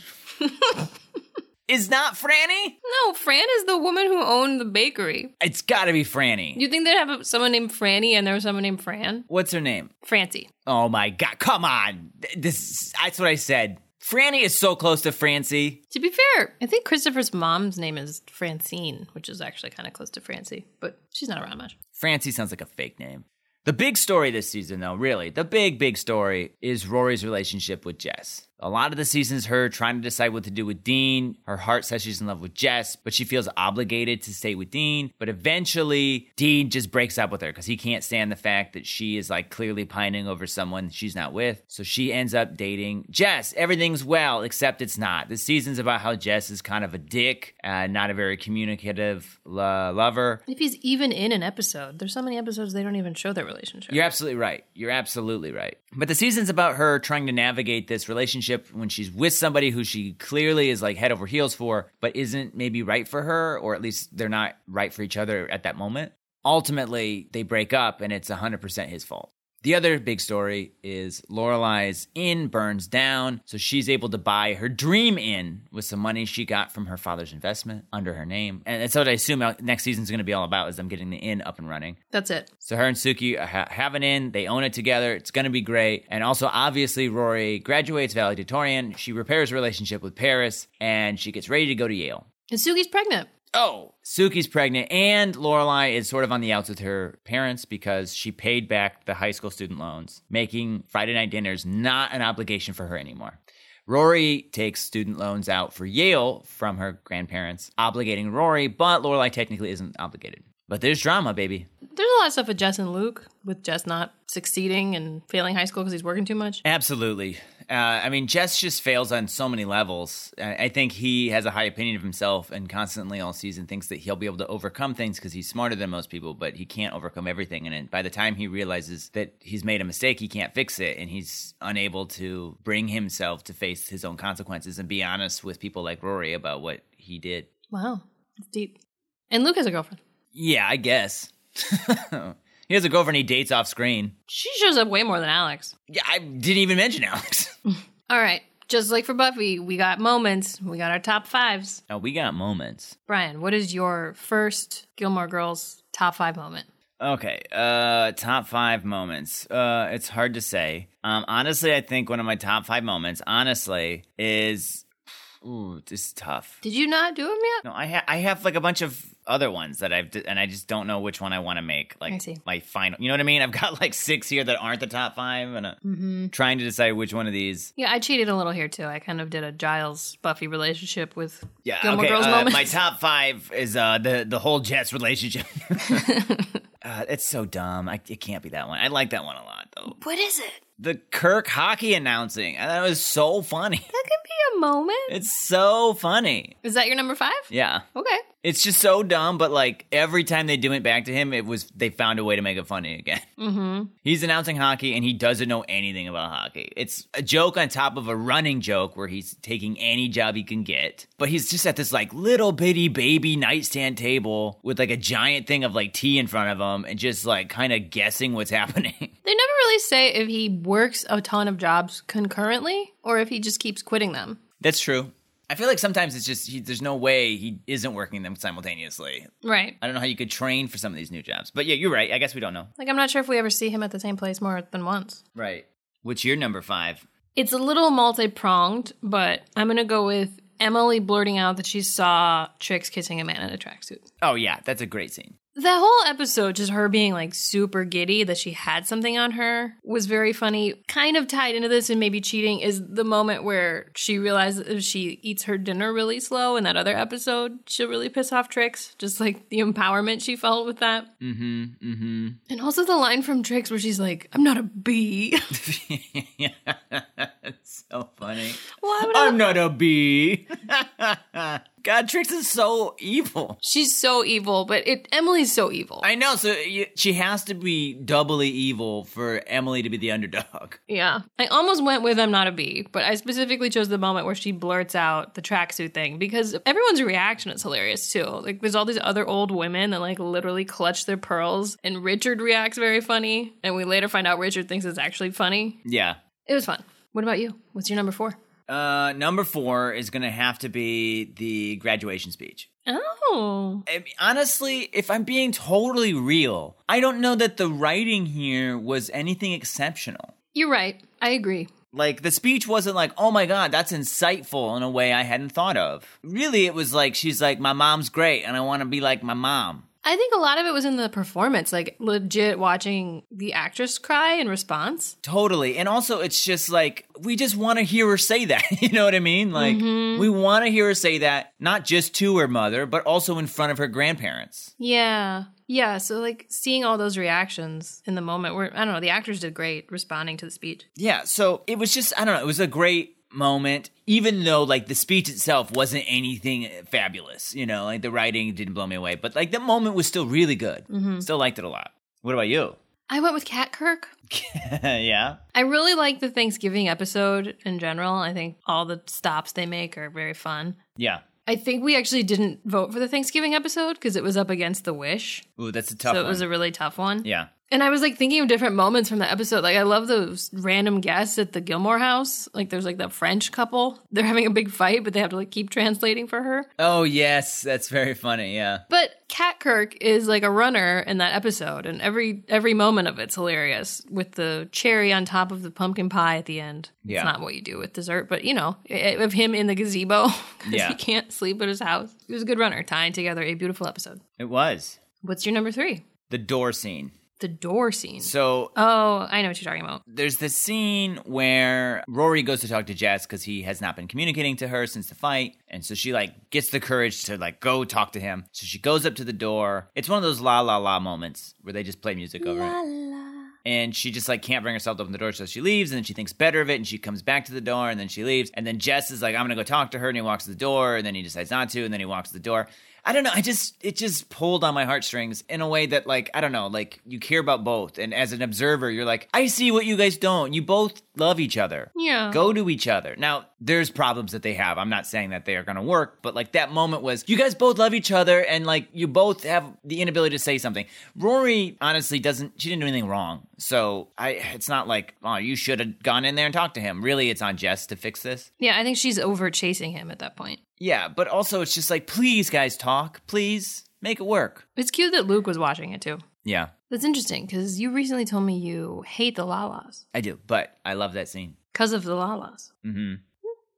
S2: is not Franny?
S1: no, Fran is the woman who owned the bakery.
S2: It's gotta be Franny.
S1: You think they'd have a- someone named Franny and there was someone named Fran?
S2: What's her name?
S1: Francie.
S2: Oh my god, come on. Th- This that's what I said. Franny is so close to Francie.
S1: To be fair, I think Christopher's mom's name is Francine, which is actually kind of close to Francie, but she's not around much.
S2: Francie sounds like a fake name. The big story this season, though, really, the big, big story is Rory's relationship with Jess. A lot of the season's her trying to decide what to do with Dean. Her heart says she's in love with Jess, but she feels obligated to stay with Dean. But eventually, Dean just breaks up with her because he can't stand the fact that she is like clearly pining over someone she's not with. So she ends up dating Jess. Everything's well, except it's not. The season's about how Jess is kind of a dick, uh, not a very communicative lo- lover.
S1: If he's even in an episode, there's so many episodes they don't even show their relationship.
S2: You're absolutely right. You're absolutely right. But the season's about her trying to navigate this relationship when she's with somebody who she clearly is like head over heels for, but isn't maybe right for her, or at least they're not right for each other at that moment. Ultimately, they break up and it's 100% his fault. The other big story is Lorelai's inn burns down, so she's able to buy her dream inn with some money she got from her father's investment under her name. And that's what I assume uh, next season's going to be all about is them getting the inn up and running.
S1: That's it.
S2: So her and Suki uh, ha- have an in. They own it together. It's going to be great. And also, obviously, Rory graduates valedictorian. She repairs her relationship with Paris, and she gets ready to go to Yale.
S1: And Sugi's pregnant.
S2: oh, Suki's pregnant, and Lorelai is sort of on the outs with her parents because she paid back the high school student loans, making Friday night dinners not an obligation for her anymore. Rory takes student loans out for Yale from her grandparents, obligating Rory, but Lorelai technically isn't obligated. But there's drama, baby.
S1: There's a lot of stuff with Jess and Luke, with Jess not succeeding and failing high school because he's working too much.
S2: Absolutely. Uh, I mean, Jess just fails on so many levels. I I think he has a high opinion of himself and constantly all season thinks that he'll be able to overcome things because he's smarter than most people, but he can't overcome everything. And then by the time he realizes that he's made a mistake, he can't fix it. And he's unable to bring himself to face his own consequences and be honest with people like Rory about what he did.
S1: Wow, that's deep. And Luke has a girlfriend.
S2: Yeah, I guess. he has a girlfriend he dates off screen.
S1: She shows up way more than Alex.
S2: Yeah, I didn't even mention Alex.
S1: All right, just like for Buffy, we got moments. We got our top fives.
S2: now, we got moments.
S1: Brian, what is your first Gilmore Girls top five moment?
S2: Okay, uh, top five moments. Uh, it's hard to say. Um, honestly, I think one of my top five moments, honestly, is ooh, this is tough.
S1: Did you not do them yet?
S2: No, I ha- I have like a bunch of other ones that I've d- and I just don't know which one I want to make. Like
S1: I see.
S2: my final, you know what I mean? I've got like six here that aren't the top five, and I'm
S1: Mm-hmm.
S2: trying to decide which one of these.
S1: Yeah, I cheated a little here too. I kind of did a Giles Buffy relationship with
S2: Yeah,
S1: Gilmore
S2: okay.
S1: Girls
S2: uh,
S1: moment.
S2: my top five is uh the the whole Jess relationship. uh, it's so dumb. I, it can't be that one. I like that one a lot though.
S1: what is it?
S2: the Kirk hockey announcing. And that was so funny.
S1: That could be a moment.
S2: It's so funny.
S1: Is that your number five?
S2: Yeah.
S1: Okay.
S2: It's just so dumb, but like every time they do it back to him, it was they found a way to make it funny again. Mm-hmm. He's announcing hockey and he doesn't know anything about hockey. It's a joke on top of a running joke where he's taking any job he can get, but he's just at this like little bitty baby nightstand table with like a giant thing of like tea in front of him and just like kind of guessing what's happening.
S1: They never really say if he works a ton of jobs concurrently or if he just keeps quitting them.
S2: That's true. I feel like sometimes it's just he, there's no way he isn't working them simultaneously.
S1: Right.
S2: I don't know how you could train for some of these new jobs, but yeah, you're right. I guess we don't know.
S1: Like, I'm not sure if we ever see him at the same place more than once.
S2: Right. What's your number five?
S1: It's a little multi pronged, but I'm going to go with Emily blurting out that she saw Trix kissing a man in a tracksuit.
S2: Oh yeah, that's a great scene.
S1: The whole episode, just her being like super giddy that she had something on her, was very funny. Kind of tied into this and maybe cheating is the moment where she realizes if she eats her dinner really slow in that other episode, she'll really piss off Trix. Just like the empowerment she felt with that. Mm hmm. Mm hmm. And also the line from Trix where she's like, I'm not a bee.
S2: it's so funny.
S1: Why would I?
S2: I'm not a bee. God, Trix is so evil.
S1: She's so evil, but it Emily's so evil.
S2: I know. So you, she has to be doubly evil for Emily to be the underdog.
S1: Yeah. I almost went with I'm not a bee, but I specifically chose the moment where she blurts out the tracksuit thing because everyone's reaction is hilarious too. Like there's all these other old women that like literally clutch their pearls and Richard reacts very funny and we later find out Richard thinks it's actually funny.
S2: Yeah.
S1: It was fun. What about you? What's your number 4?
S2: Uh, number four is going to have to be the graduation speech.
S1: Oh.
S2: I mean, honestly, if I'm being totally real, I don't know that the writing here was anything exceptional.
S1: You're right. I agree.
S2: Like, the speech wasn't like, oh my God, that's insightful in a way I hadn't thought of. Really, it was like, she's like, my mom's great, and I want to be like my mom.
S1: I think a lot of it was in the performance, like legit watching the actress cry in response.
S2: Totally. And also, it's just like, we just want to hear her say that. you know what I mean? Like, we want to hear her say that, not just to her mother, but also in front of her grandparents.
S1: Yeah. Yeah. So, like, seeing all those reactions in the moment where, I don't know, the actors did great responding to the speech.
S2: Yeah, so it was just I don't know, it was a great moment even though like the speech itself wasn't anything fabulous, you know, like the writing didn't blow me away, but like the moment was still really good.
S1: Mm-hmm.
S2: Still liked it a lot. What about you?
S1: I went with Cat Kirk.
S2: yeah.
S1: I really like the Thanksgiving episode in general. I think all the stops they make are very fun.
S2: Yeah.
S1: I think we actually didn't vote for the Thanksgiving episode because it was up against The Wish.
S2: Ooh, that's a tough
S1: so,
S2: one.
S1: it was a really tough one.
S2: yeah.
S1: And I was like thinking of different moments from that episode. Like I love those random guests at the Gilmore house. Like there's like that French couple. They're having a big fight, but they have to like keep translating for her.
S2: Oh yes, that's very funny. Yeah.
S1: But Kat Kirk is like a runner in that episode, and every every moment of it's hilarious with the cherry on top of the pumpkin pie at the end.
S2: Yeah.
S1: It's not what you do with dessert, but you know, i- i- of him in the gazebo because
S2: Yeah.
S1: he can't sleep at his house. He was a good runner, tying together a beautiful episode.
S2: It was.
S1: What's your number three?
S2: The door scene.
S1: The door scene.
S2: So
S1: oh, I know what you're talking about.
S2: there's this scene where Rory goes to talk to Jess because he has not been communicating to her since the fight. And so she like gets the courage to like go talk to him. So she goes up to the door. It's one of those la la la moments where they just play music over it. And she just like can't bring herself to open the door, so she leaves. And then she thinks better of it, and she comes back to the door, and then she leaves. And then Jess is like, "I'm gonna go talk to her," and he walks to the door, and then he decides not to, and then he walks to the door. I don't know. I just it just pulled on my heartstrings in a way that like I don't know. Like you care about both, and as an observer, you're like, I see what you guys don't. You both love each other.
S1: Yeah.
S2: Go to each other. Now, there's problems that they have. I'm not saying that they are going to work, but like that moment was you guys both love each other and like you both have the inability to say something. Rory honestly doesn't, she didn't do anything wrong. So I, it's not like, oh, you should have gone in there and talked to him. Really, it's on Jess to fix this.
S1: Yeah, I think she's over chasing him at that point.
S2: Yeah, but also it's just like, please, guys, talk. Please make it work.
S1: It's cute that Luke was watching it too.
S2: Yeah,
S1: That's interesting because you recently told me you hate the Lalas
S2: I do. But I love that scene.
S1: because of the Lalas.
S2: hmm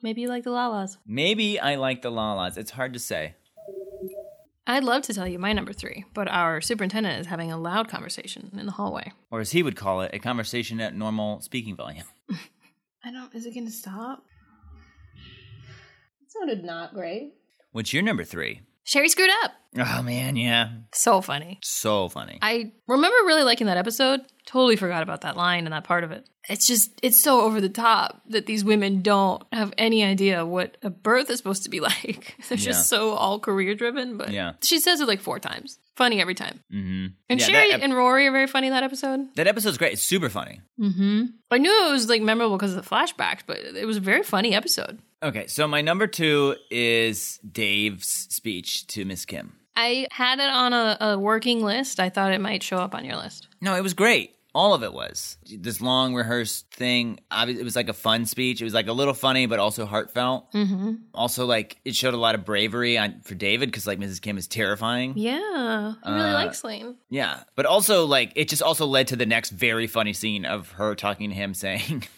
S1: Maybe you like the Lalas.
S2: Maybe I like the Lalas. It's hard to say.
S1: I'd love to tell you my number three, but our superintendent is having a loud conversation in the hallway.
S2: Or as he would call it, a conversation at normal speaking volume.
S1: I don't. Is it going to stop? It sounded not great.
S2: What's your number three?
S1: Sherry screwed up.
S2: Oh man, yeah,
S1: So funny.
S2: so funny.
S1: I remember really liking that episode. Totally forgot about that line and that part of it. It's just, it's so over the top that these women don't have any idea what a birth is supposed to be like. They're
S2: Yeah.
S1: just so all career driven. But
S2: Yeah.
S1: she says it like four times. Funny every time.
S2: hmm
S1: And
S2: yeah,
S1: Sherry
S2: that, ep-
S1: and Rory are very funny in that episode.
S2: that episode's great. It's super funny.
S1: Mm-hmm. I knew it was like memorable because of the flashbacks, but it was a very funny episode.
S2: Okay, so my number two is Dave's speech to Miss Kim.
S1: I had it on a, a working list. I thought it might show up on your list.
S2: No, it was great. All of it was this long rehearsed thing. obvi- It was like a fun speech. It was like a little funny, but also heartfelt. Mm-hmm. Also, like it showed a lot of bravery on, for David because like Mrs. Kim is terrifying.
S1: Yeah, I
S2: Uh,
S1: really like Slane.
S2: Yeah, but also like it just also led to the next very funny scene of her talking to him saying,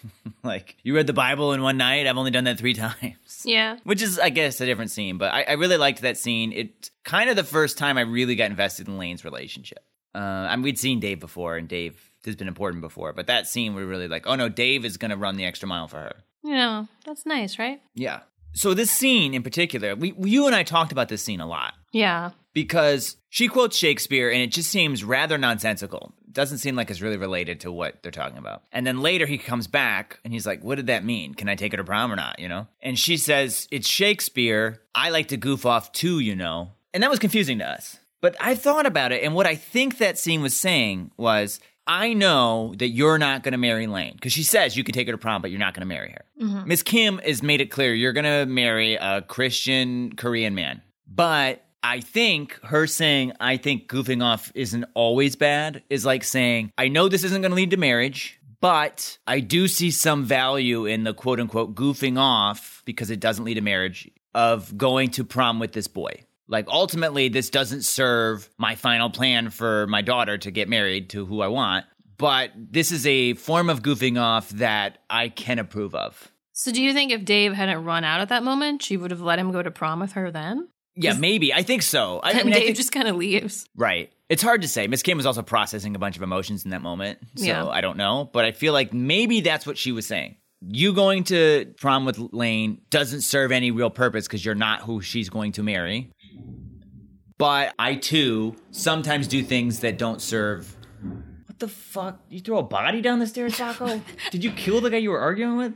S2: like, "You read the Bible in one night. I've only done that three times."
S1: Yeah,
S2: Which is, I guess, a different scene, but I, I really liked that scene. It kind of the first time I really got invested in Lane's relationship. Uh, I mean, we'd seen Dave before, and Dave has been important before, but that scene we really like. Oh no, Dave is going to run the extra mile for her.
S1: yeah, that's nice, right?
S2: Yeah. So this scene in particular, we you and I talked about this scene a lot
S1: Yeah,
S2: because she quotes Shakespeare and it just seems rather nonsensical. Doesn't seem like it's really related to what they're talking about. And then later he comes back and he's like, What did that mean? Can I take her to prom or not? You know? And she says, It's Shakespeare. I like to goof off too, you know? And that was confusing to us. But I thought about it and what I think that scene was saying was, I know that you're not going to marry Lane because she says you can take her to prom, but you're not going to marry her. Miss Kim has made it clear you're going to marry a Christian Korean man. But I think her saying, I think goofing off isn't always bad is like saying, I know this isn't going to lead to marriage, but I do see some value in the quote unquote goofing off because it doesn't lead to marriage of going to prom with this boy. Like ultimately, this doesn't serve my final plan for my daughter to get married to who I want, but this is a form of goofing off that I can approve of.
S1: So do you think if Dave hadn't run out at that moment, she would have let him go to prom with her then?
S2: Yeah, maybe. I think so. I, I
S1: And
S2: mean, I
S1: Dave
S2: think-
S1: just kind of leaves.
S2: Right. It's hard to say. Miss Kim was also processing a bunch of emotions in that moment. So
S1: Yeah.
S2: I don't know. But I feel like maybe that's what she was saying. You going to prom with Lane doesn't serve any real purpose because you're not who she's going to marry. But I too sometimes do things that don't serve. What the fuck? You throw a body down the stairs, Taco? Did you kill the guy you were arguing with?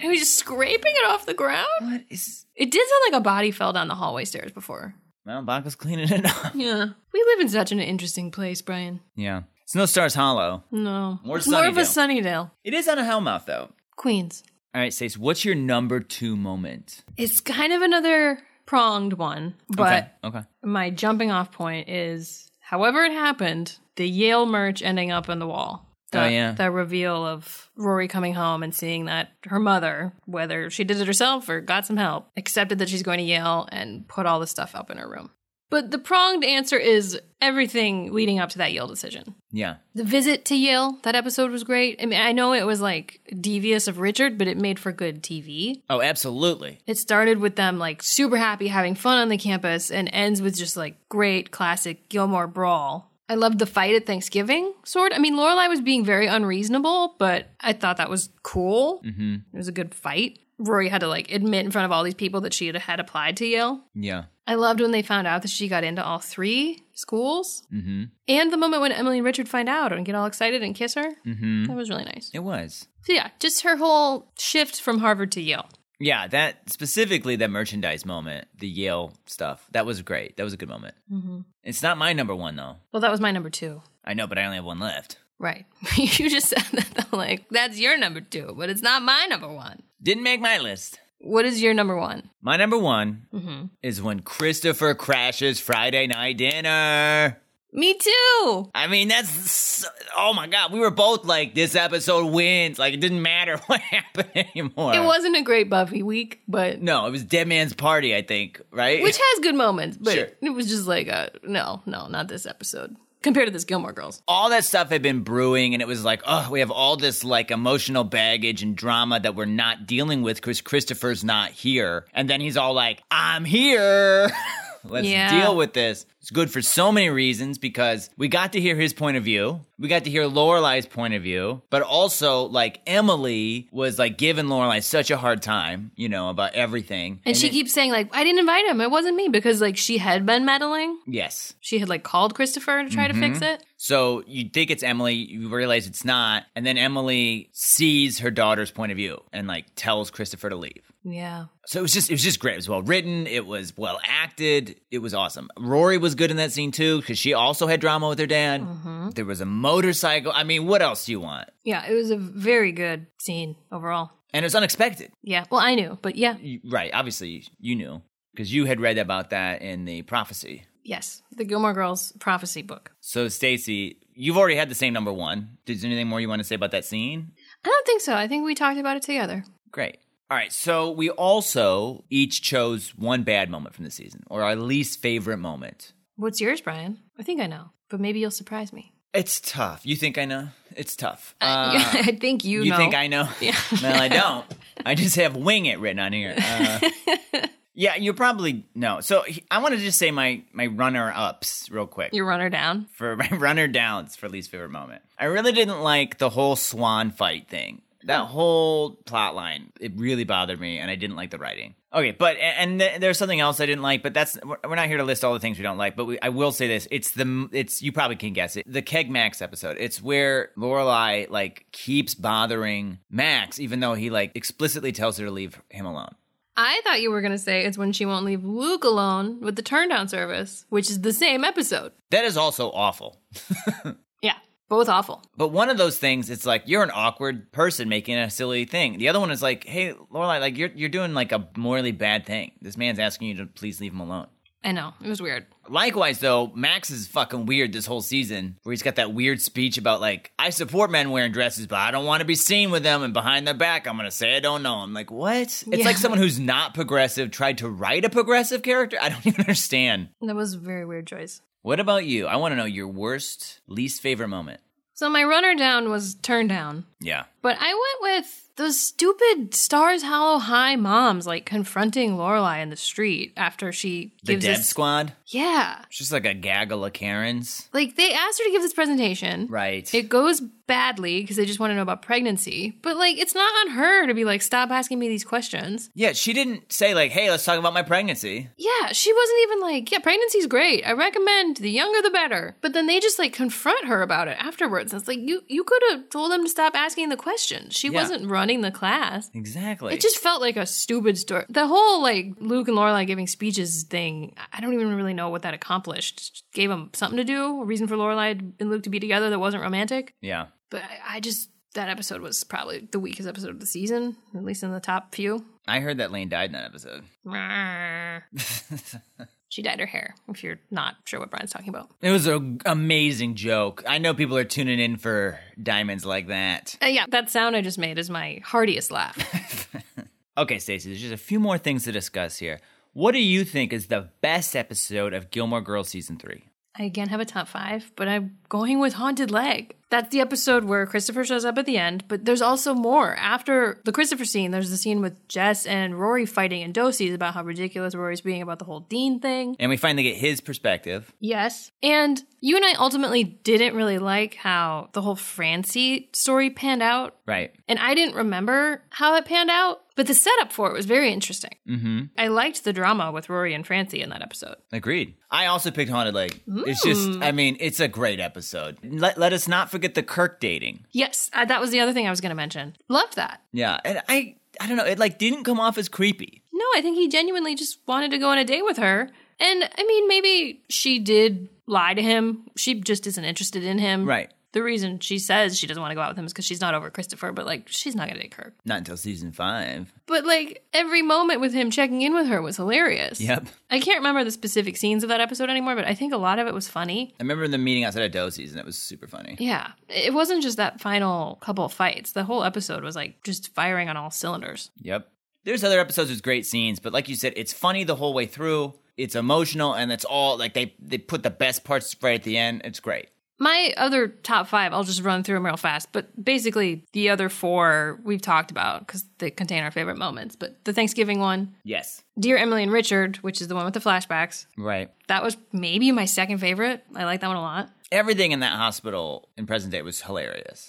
S1: He was just scraping it off the ground.
S2: What is.
S1: It did sound like a body fell down the hallway stairs before.
S2: Well, Baco's cleaning it up.
S1: Yeah, we live in such an interesting place, Brian.
S2: Yeah. It's no stars hollow.
S1: No,
S2: More
S1: It's more of a
S2: Sunnydale.
S1: Sunnydale,
S2: It is on a hellmouth, though.
S1: Queens.
S2: All right, Stace, what's your number two moment?
S1: It's kind of another pronged one, but
S2: okay. okay.
S1: my jumping off point is However, it happened, the Yale merch ending up on the wall. The,
S2: Oh, yeah.
S1: The reveal of Rory coming home and seeing that her mother, whether she did it herself or got some help, accepted that she's going to Yale and put all the stuff up in her room. But the pronged answer is everything leading up to that Yale decision.
S2: Yeah.
S1: The visit to Yale, that episode was great. I mean, I know it was like devious of Richard, but it made for good TV.
S2: Oh, absolutely.
S1: It started with them like super happy having fun on the campus and ends with just like great classic Gilmore brawl. I loved the fight at Thanksgiving, sort. I mean, Lorelai was being very unreasonable, but I thought that was cool. Mm-hmm. It was a good fight. Rory had to like admit in front of all these people that she had, had applied to Yale.
S2: Yeah.
S1: I loved when they found out that she got into all three schools, mm-hmm. and the moment when Emily and Richard find out and get all excited and kiss her. Mm-hmm. That was really nice.
S2: It was.
S1: So yeah, just her whole shift from Harvard to Yale.
S2: Yeah, that specifically that merchandise moment, the Yale stuff. That was great. That was a good moment. Mm-hmm. It's not my number one though.
S1: Well, that was my number two.
S2: I know, but I only have one left.
S1: Right. you just said that though, like, that's your number two, but it's not my number one.
S2: Didn't make my list.
S1: What is your number one?
S2: My number one
S1: Mm-hmm.
S2: is when Christopher crashes Friday night dinner.
S1: Me too.
S2: I mean, that's so, oh my god. We were both like, this episode wins. Like, it didn't matter what happened anymore.
S1: It wasn't a great Buffy week, but
S2: no, it was Dead Man's Party. I think right.
S1: which has good moments, but
S2: Sure.
S1: it was just like a no, no, not this episode. Compared to this Gilmore Girls.
S2: all that stuff had been brewing and it was like oh we have all this like emotional baggage and drama that we're not dealing with because christopher's not here and then he's all like i'm here let's
S1: Yeah.
S2: deal with this it's good for so many reasons because we got to hear his point of view we got to hear Lorelai's point of view but also like emily was like giving Lorelai such a hard time you know about everything
S1: And, she
S2: it-
S1: keeps saying, like, I didn't invite him. It wasn't me because, like, she had been meddling.
S2: yes
S1: She had, like, called Christopher to try to fix it.
S2: So you think it's Emily, you realize it's not, and then Emily sees her daughter's point of view and like tells Christopher to leave.
S1: Yeah.
S2: So it was just it was just great. It was well written, it was well acted, it was awesome. Rory was good in that scene too because she also had drama with her dad. There was a motorcycle. I mean, what else do you want?
S1: Yeah. It was a very good scene overall.
S2: And it was unexpected,
S1: Yeah. Well, I knew, but yeah.
S2: You- right? Obviously, you knew because you had read about that in the prophecy.
S1: Yes. The Gilmore Girls prophecy book.
S2: So Stacy, you've already had the same number one. Is there anything more you want to say about that scene?
S1: I don't think so. I think we talked about it together.
S2: Great. All right. So we also each chose one bad moment from the season or our least favorite moment.
S1: What's yours, Brian? I think I know, but maybe you'll surprise me.
S2: It's tough. You think I know? It's tough. Uh,
S1: I I think you,
S2: you
S1: know.
S2: think I know?
S1: Yeah.
S2: well, I don't. I just have wing it written on here. Uh, yeah, you probably know. So he- I want to just say my, my runner ups real quick.
S1: Your runner down.
S2: for my runner downs for least favorite moment. I really didn't like the whole swan fight thing. That whole plot line, it really bothered me, and I didn't like the writing. Okay, but and th- there's something else I didn't like, but that's we're we're not here to list all the things we don't like. But we, I will say this: it's the it's you probably can guess it, the Keg Max episode. It's where Lorelai like keeps bothering Max, even though he like explicitly tells her to leave him alone.
S1: I thought you were going to say it's when she won't leave Luke alone with the turn down service, which is the same episode.
S2: That is also awful.
S1: Yeah. Both awful.
S2: But one of those things, it's like you're an awkward person making a silly thing. The other one is like, hey, Lorelai, like you're you're doing like a morally bad thing. This man's asking you to please leave him alone.
S1: I know. It was weird.
S2: Likewise, though, Max is fucking weird this whole season, where he's got that weird speech about like, I support men wearing dresses, but I don't want to be seen with them, and behind their back, I'm gonna say I don't know. I'm like, what? It's
S1: Yeah.
S2: like someone who's not progressive tried to write a progressive character. I don't even understand.
S1: That was a very weird choice.
S2: What about you? I want to know your worst, least favorite moment.
S1: So my runner down was turn down,
S2: Yeah.
S1: but I went with those stupid Stars Hollow High moms like confronting Lorelai in the street after she
S2: The
S1: gives
S2: Deb
S1: this.
S2: Squad.
S1: yeah.
S2: It's just like a gaggle of Karens.
S1: Like they asked her to give this presentation.
S2: Right.
S1: It goes badly because they just want to know about pregnancy. But like it's not on her to be like, stop asking me these questions.
S2: yeah, she didn't say like, hey, let's talk about my pregnancy.
S1: Yeah, she wasn't even like, yeah, pregnancy's great. I recommend the younger the better. But then they just like confront her about it afterwards. It's like you you could have told them to stop asking the questions. She
S2: Yeah.
S1: wasn't running the class.
S2: Exactly.
S1: It just felt like a stupid story. The whole like Luke and Lorelai giving speeches thing, I- I don't even really know what that accomplished. Just gave them something to do, a reason for Lorelai and Luke to be together that wasn't romantic.
S2: yeah.
S1: But I, I just that episode was probably the weakest episode of the season, at least in the top few.
S2: I heard that Lane died in that episode.
S1: She She dyed her hair, if you're not sure what Brian's talking about.
S2: It was an amazing joke. I know people are tuning in for diamonds like that.
S1: Uh, yeah, that sound I just made is my heartiest laugh.
S2: Okay, Stacey, there's just a few more things to discuss here. What do you think is the best episode of Gilmore Girls season three?
S1: I again have a top five, but I'm going with Haunted Leg. That's the episode where Christopher shows up at the end, but there's also more. After the Christopher scene, there's the scene with Jess and Rory fighting in Dosey's about how ridiculous Rory's being about the whole Dean thing.
S2: And we finally get his perspective.
S1: Yes. And you and I ultimately didn't really like how the whole Francie story panned out.
S2: Right.
S1: And I didn't remember how it panned out, but the setup for it was very interesting. Mm-hmm. I liked the drama with Rory and Francie in that episode.
S2: Agreed. I also picked Haunted Lake. It's
S1: Hmm.
S2: just, I mean, it's a great episode. Let, let us not forget the Kirk dating.
S1: Yes, I, that was the other thing I was going to mention. Loved that.
S2: Yeah. And I, I don't know, it like didn't come off as creepy.
S1: No, I think he genuinely just wanted to go on a date with her. And I mean, maybe she did lie to him. She just isn't interested in him.
S2: Right.
S1: The reason she says she doesn't want to go out with him is because she's not over Christopher, but like, she's not going to date Kirk.
S2: Not until season five.
S1: But like, every moment with him checking in with her was hilarious.
S2: Yep.
S1: I can't remember the specific scenes of that episode anymore, but I think a lot of it was funny.
S2: I remember the meeting outside of Dosey's and it was super funny.
S1: Yeah. It wasn't just that final couple of fights. The whole episode was like just firing on all cylinders.
S2: Yep. There's other episodes with great scenes, but like you said, it's funny the whole way through. It's emotional and it's all like they they put the best parts right at the end. It's great.
S1: My other top five, I'll just run through them real fast, but basically the other four we've talked about because they contain our favorite moments. But the Thanksgiving one,
S2: Yes.
S1: Dear Emily and Richard, which is the one with the flashbacks,
S2: Right.
S1: that was maybe my second favorite. I like that one a lot.
S2: Everything in that hospital in present day was hilarious.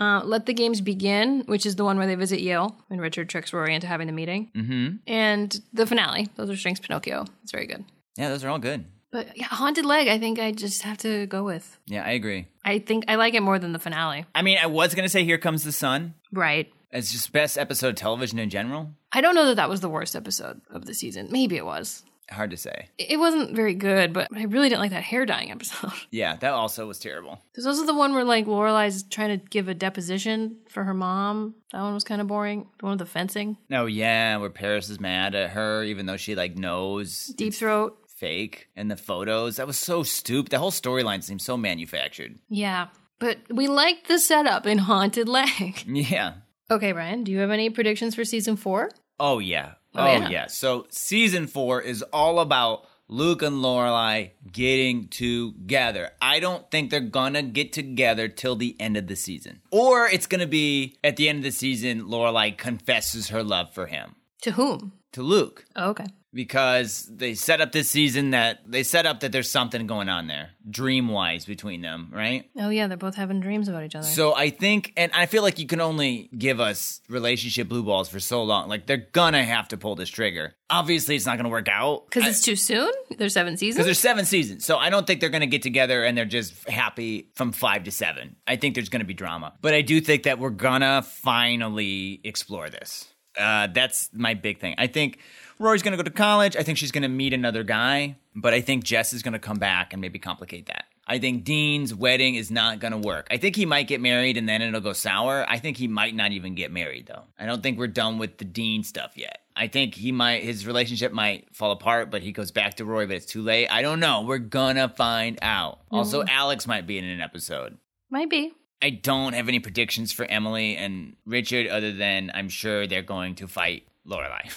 S1: Uh, Let the Games Begin, which is the one where they visit Yale and Richard tricks Rory into having the meeting. Mm-hmm. And the finale, those are Strings Pinocchio. It's very good.
S2: Yeah, those are all good.
S1: But yeah, Haunted Leg, I think I just have to go with.
S2: Yeah, I agree.
S1: I think I like it more than the finale.
S2: I mean, I was gonna say Here Comes the Sun.
S1: Right.
S2: It's just best episode of television in general.
S1: I don't know that that was the worst episode of the season. Maybe it was.
S2: Hard to say.
S1: It it wasn't very good, but I really didn't like that hair dyeing episode.
S2: Yeah, that also was terrible.
S1: There's also the one where like Lorelai's trying to give a deposition for her mom. That one was kind of boring. The one with the fencing,
S2: No, yeah, where Paris is mad at her, even though she like knows
S1: deep throat.
S2: fake and the photos. That was so stupid. The whole storyline seemed so manufactured.
S1: Yeah, but we liked the setup in Haunted Leg.
S2: Yeah.
S1: okay, Brian, do you have any predictions for season four?
S2: Oh yeah.
S1: Oh,
S2: Oh,
S1: yeah.
S2: yeah. So season four is all about Luke and Lorelai getting together. I don't think they're gonna get together till the end of the season, or it's gonna be at the end of the season. Lorelai confesses her love for him
S1: To whom?
S2: to Luke
S1: Oh, okay.
S2: because they set up this season that they set up that there's something going on there, dream wise between them, right?
S1: Oh yeah, they're both having dreams about each other.
S2: So I think, and I feel like you can only give us relationship blue balls for so long. Like they're gonna have to pull this trigger. Obviously, it's not gonna work out
S1: Because it's too soon. There's seven seasons.
S2: because there's seven seasons. So I don't think they're gonna get together and they're just happy from five to seven. I think there's gonna be drama, but I do think that we're gonna finally explore this. Uh, that's my big thing. I think Rory's gonna go to college. I think she's gonna meet another guy, but I think Jess is gonna come back and maybe complicate that. I think Dean's wedding is not going to work. I think he might get married and then it'll go sour. I think he might not even get married though. I don't think we're done with the Dean stuff yet. I think he might his relationship might fall apart, but he goes back to Roy, but it's too late. I don't know. We're gonna find out. Also, Alex might be in an episode.
S1: Might be.
S2: I don't have any predictions for Emily and Richard other than I'm sure they're going to fight Lorelai.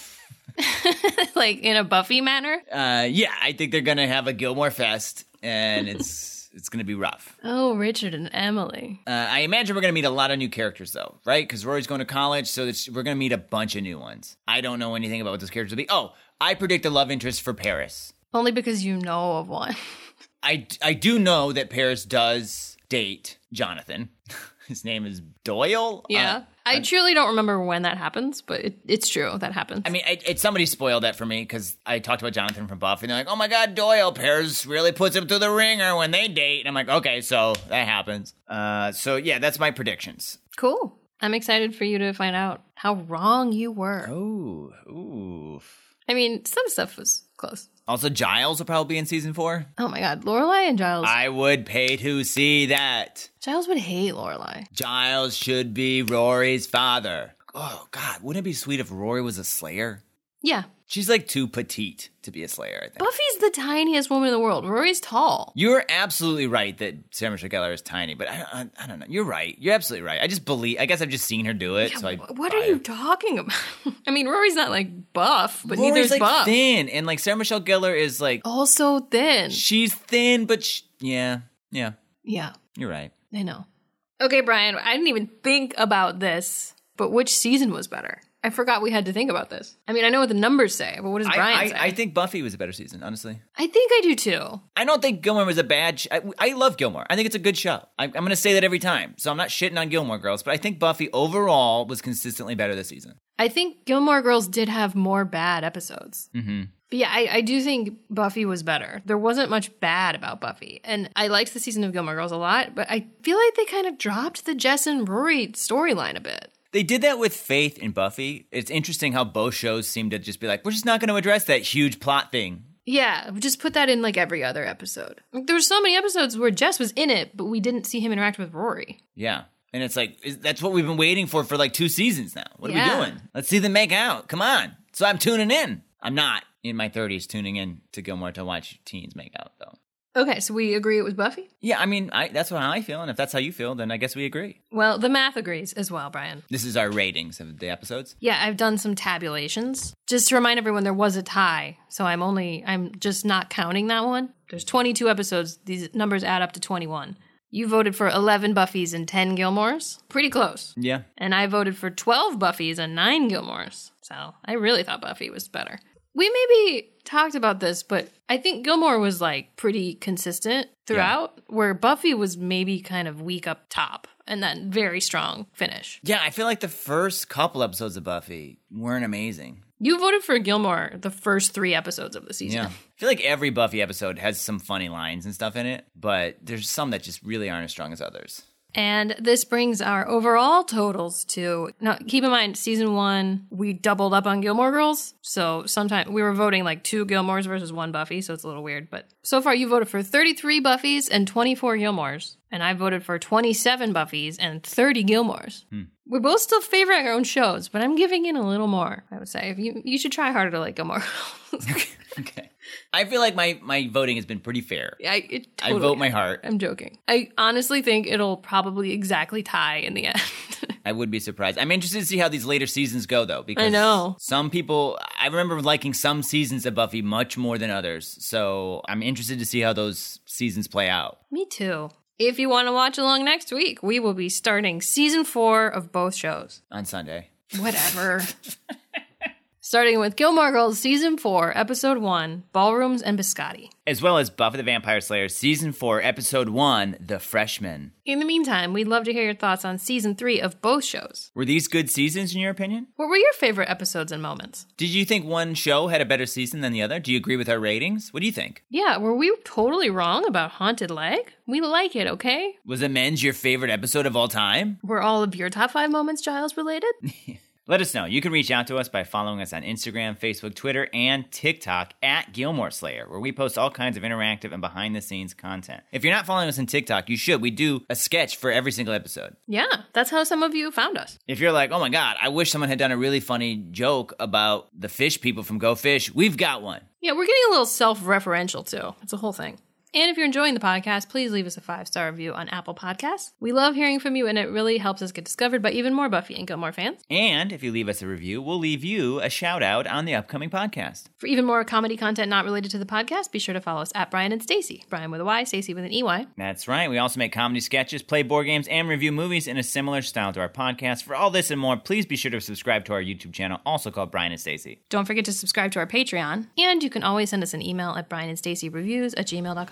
S1: like in a Buffy manner.
S2: Uh, yeah, I think they're gonna have a Gilmore fest, and it's it's gonna be rough.
S1: Oh, Richard and Emily.
S2: Uh, I imagine we're going to meet a lot of new characters, though, right? Because Rory's going to college, so it's, we're going to meet a bunch of new ones. I don't know anything about what those characters will be. Oh, I predict a love interest for Paris.
S1: Only because you know of one.
S2: I, I do know that Paris does date Jonathan. His name is Doyle.
S1: Yeah.
S2: Uh,
S1: I truly don't remember when that happens, but it, it's true. That happens.
S2: I mean, it, it, somebody spoiled that for me because I talked about Jonathan from Buffy, and they're like, "Oh my God, Doyle Paris really puts him through the ringer when they date." And I'm like, "Okay, so that happens." Uh, so yeah, that's my predictions.
S1: cool. I'm excited for you to find out how wrong you were.
S2: Oh. Ooh, ooh.
S1: I mean, some stuff was close.
S2: Also, Giles will probably be in season four.
S1: Oh my God. Lorelai and Giles.
S2: I would pay to see that.
S1: Giles would hate Lorelai.
S2: Giles should be Rory's father. Oh, God. Wouldn't it be sweet if Rory was a slayer?
S1: Yeah.
S2: She's like too petite to be a Slayer. I think.
S1: Buffy's the tiniest woman in the world. Rory's tall.
S2: You're absolutely right that Sarah Michelle Gellar is tiny, but I, I, I don't know. You're right. You're absolutely right. I just believe. I guess I've just seen her do it. so I,
S1: what
S2: buy
S1: are
S2: it.
S1: you talking about? I mean, Rory's not like buff, but neither
S2: Rory's,
S1: is
S2: like
S1: Buff. Oh.
S2: thin, and like Sarah Michelle Gellar is like
S1: Also thin.
S2: she's thin, but sh yeah, yeah.
S1: Yeah,
S2: You're right.
S1: I know. Okay, Brian, I didn't even think about this, but which season was better? I forgot we had to think about this. I mean, I know what the numbers say, but what does
S2: I,
S1: Brian
S2: I,
S1: say?
S2: I think Buffy was a better season, honestly.
S1: I think I do too.
S2: I don't think Gilmore was a bad. Sh- I, I love Gilmore. I think it's a good show. I, I'm going to say that every time. So I'm not shitting on Gilmore Girls, but I think Buffy overall was consistently better this season.
S1: I think Gilmore Girls did have more bad episodes. Mm-hmm. But yeah, I, I do think Buffy was better. There wasn't much bad about Buffy. And I liked the season of Gilmore Girls a lot, but I feel like they kind of dropped the Jess and Rory storyline a bit.
S2: They did that with Faith and Buffy. It's interesting how both shows seem to just be like, we're just not going to address that huge plot thing.
S1: Yeah, just put that in like every other episode. Like, there were so many episodes where Jess was in it, but we didn't see him interact with Rory.
S2: Yeah. And it's like, is, that's what we've been waiting for for like two seasons now. What
S1: Yeah.
S2: are we doing? Let's see them make out. Come on. So I'm tuning in. I'm not in my 30s tuning in to Gilmore to watch teens make out, though.
S1: Okay, so we agree it was Buffy?
S2: Yeah, I mean, I, that's how I feel. And if that's how you feel, then I guess we agree.
S1: Well, the math agrees as well, Brian.
S2: This is our ratings of the episodes.
S1: Yeah, I've done some tabulations. Just to remind everyone there was a tie, so I'm only I'm just not counting that one. There's 22 episodes. These numbers add up to 21. You voted for 11 Buffys and 10 Gilmores. Pretty close.
S2: Yeah.
S1: And I voted for 12 Buffys and 9 Gilmores. So, I really thought Buffy was better. We maybe talked about this, but I think Gilmore was like pretty consistent throughout, where Buffy was maybe kind of weak up top and then very strong finish.
S2: Yeah, I feel like the first couple episodes of Buffy weren't amazing.
S1: You voted for Gilmore the first three episodes of the season.
S2: Yeah. I feel like every Buffy episode has some funny lines and stuff in it, but there's some that just really aren't as strong as others.
S1: And this brings our overall totals to now keep in mind season one, we doubled up on Gilmore Girls. So sometimes we were voting like two Gilmores versus one Buffy, so it's a little weird. But so far you voted for 33 Buffies and 24 Gilmores. And I voted for 27 Buffies and 30 Gilmores.
S2: Hmm.
S1: We're both still favoring our own shows, but I'm giving in a little more, I would say. You, you should try harder to like Gilmore Girls.
S2: Okay. I feel like my, my voting has been pretty fair.
S1: I, it
S2: I
S1: totally
S2: vote my heart.
S1: I'm joking. I honestly think it'll probably exactly tie in the end.
S2: I would be surprised. I'm interested to see how these later seasons go, though, because
S1: I know.
S2: some people, I remember liking some seasons of Buffy much more than others. So I'm interested to see how those seasons play out.
S1: Me too. If you want to watch along next week, we will be starting season four of both shows.
S2: on Sunday.
S1: Whatever. starting with Gilmore Girls season four, episode one Ballrooms and Biscotti.
S2: As well as Buffy the Vampire Slayer Season 4, Episode 1, The Freshman.
S1: In the meantime, we'd love to hear your thoughts on season three of both shows.
S2: Were these good seasons in your opinion?
S1: What were your favorite episodes and moments?
S2: Did you think one show had a better season than the other? Do you agree with our ratings? What do you think?
S1: Yeah, were we totally wrong about Haunted Leg? We like it, okay?
S2: Was Amends your favorite episode of all time?
S1: Were all of your top five moments Giles related?
S2: Let us know. You can reach out to us by following us on Instagram, Facebook, Twitter, and TikTok at Gilmore Slayer, where we post all kinds of interactive and behind the scenes content. If you're not following us on TikTok, you should. We do a sketch for every single episode.
S1: Yeah, that's how some of you found us.
S2: If you're like, oh my God, I wish someone had done a really funny joke about the fish people from Go Fish, we've got one.
S1: Yeah, we're getting a little self referential too. It's a whole thing. And if you're enjoying the podcast, please leave us a five star review on Apple Podcasts. We love hearing from you, and it really helps us get discovered by even more Buffy and Gilmore fans.
S2: And if you leave us a review, we'll leave you a shout out on the upcoming podcast.
S1: For even more comedy content not related to the podcast, be sure to follow us at Brian and Stacy. Brian with a Y, Stacy with an EY.
S2: That's right. We also make comedy sketches, play board games, and review movies in a similar style to our podcast. For all this and more, please be sure to subscribe to our YouTube channel, also called Brian and Stacy.
S1: Don't forget to subscribe to our Patreon, and you can always send us an email at Brian and Stacy Reviews at gmail.com.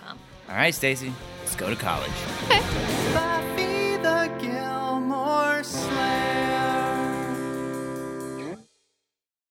S2: All right, Stacy, let's go to college.
S1: Okay.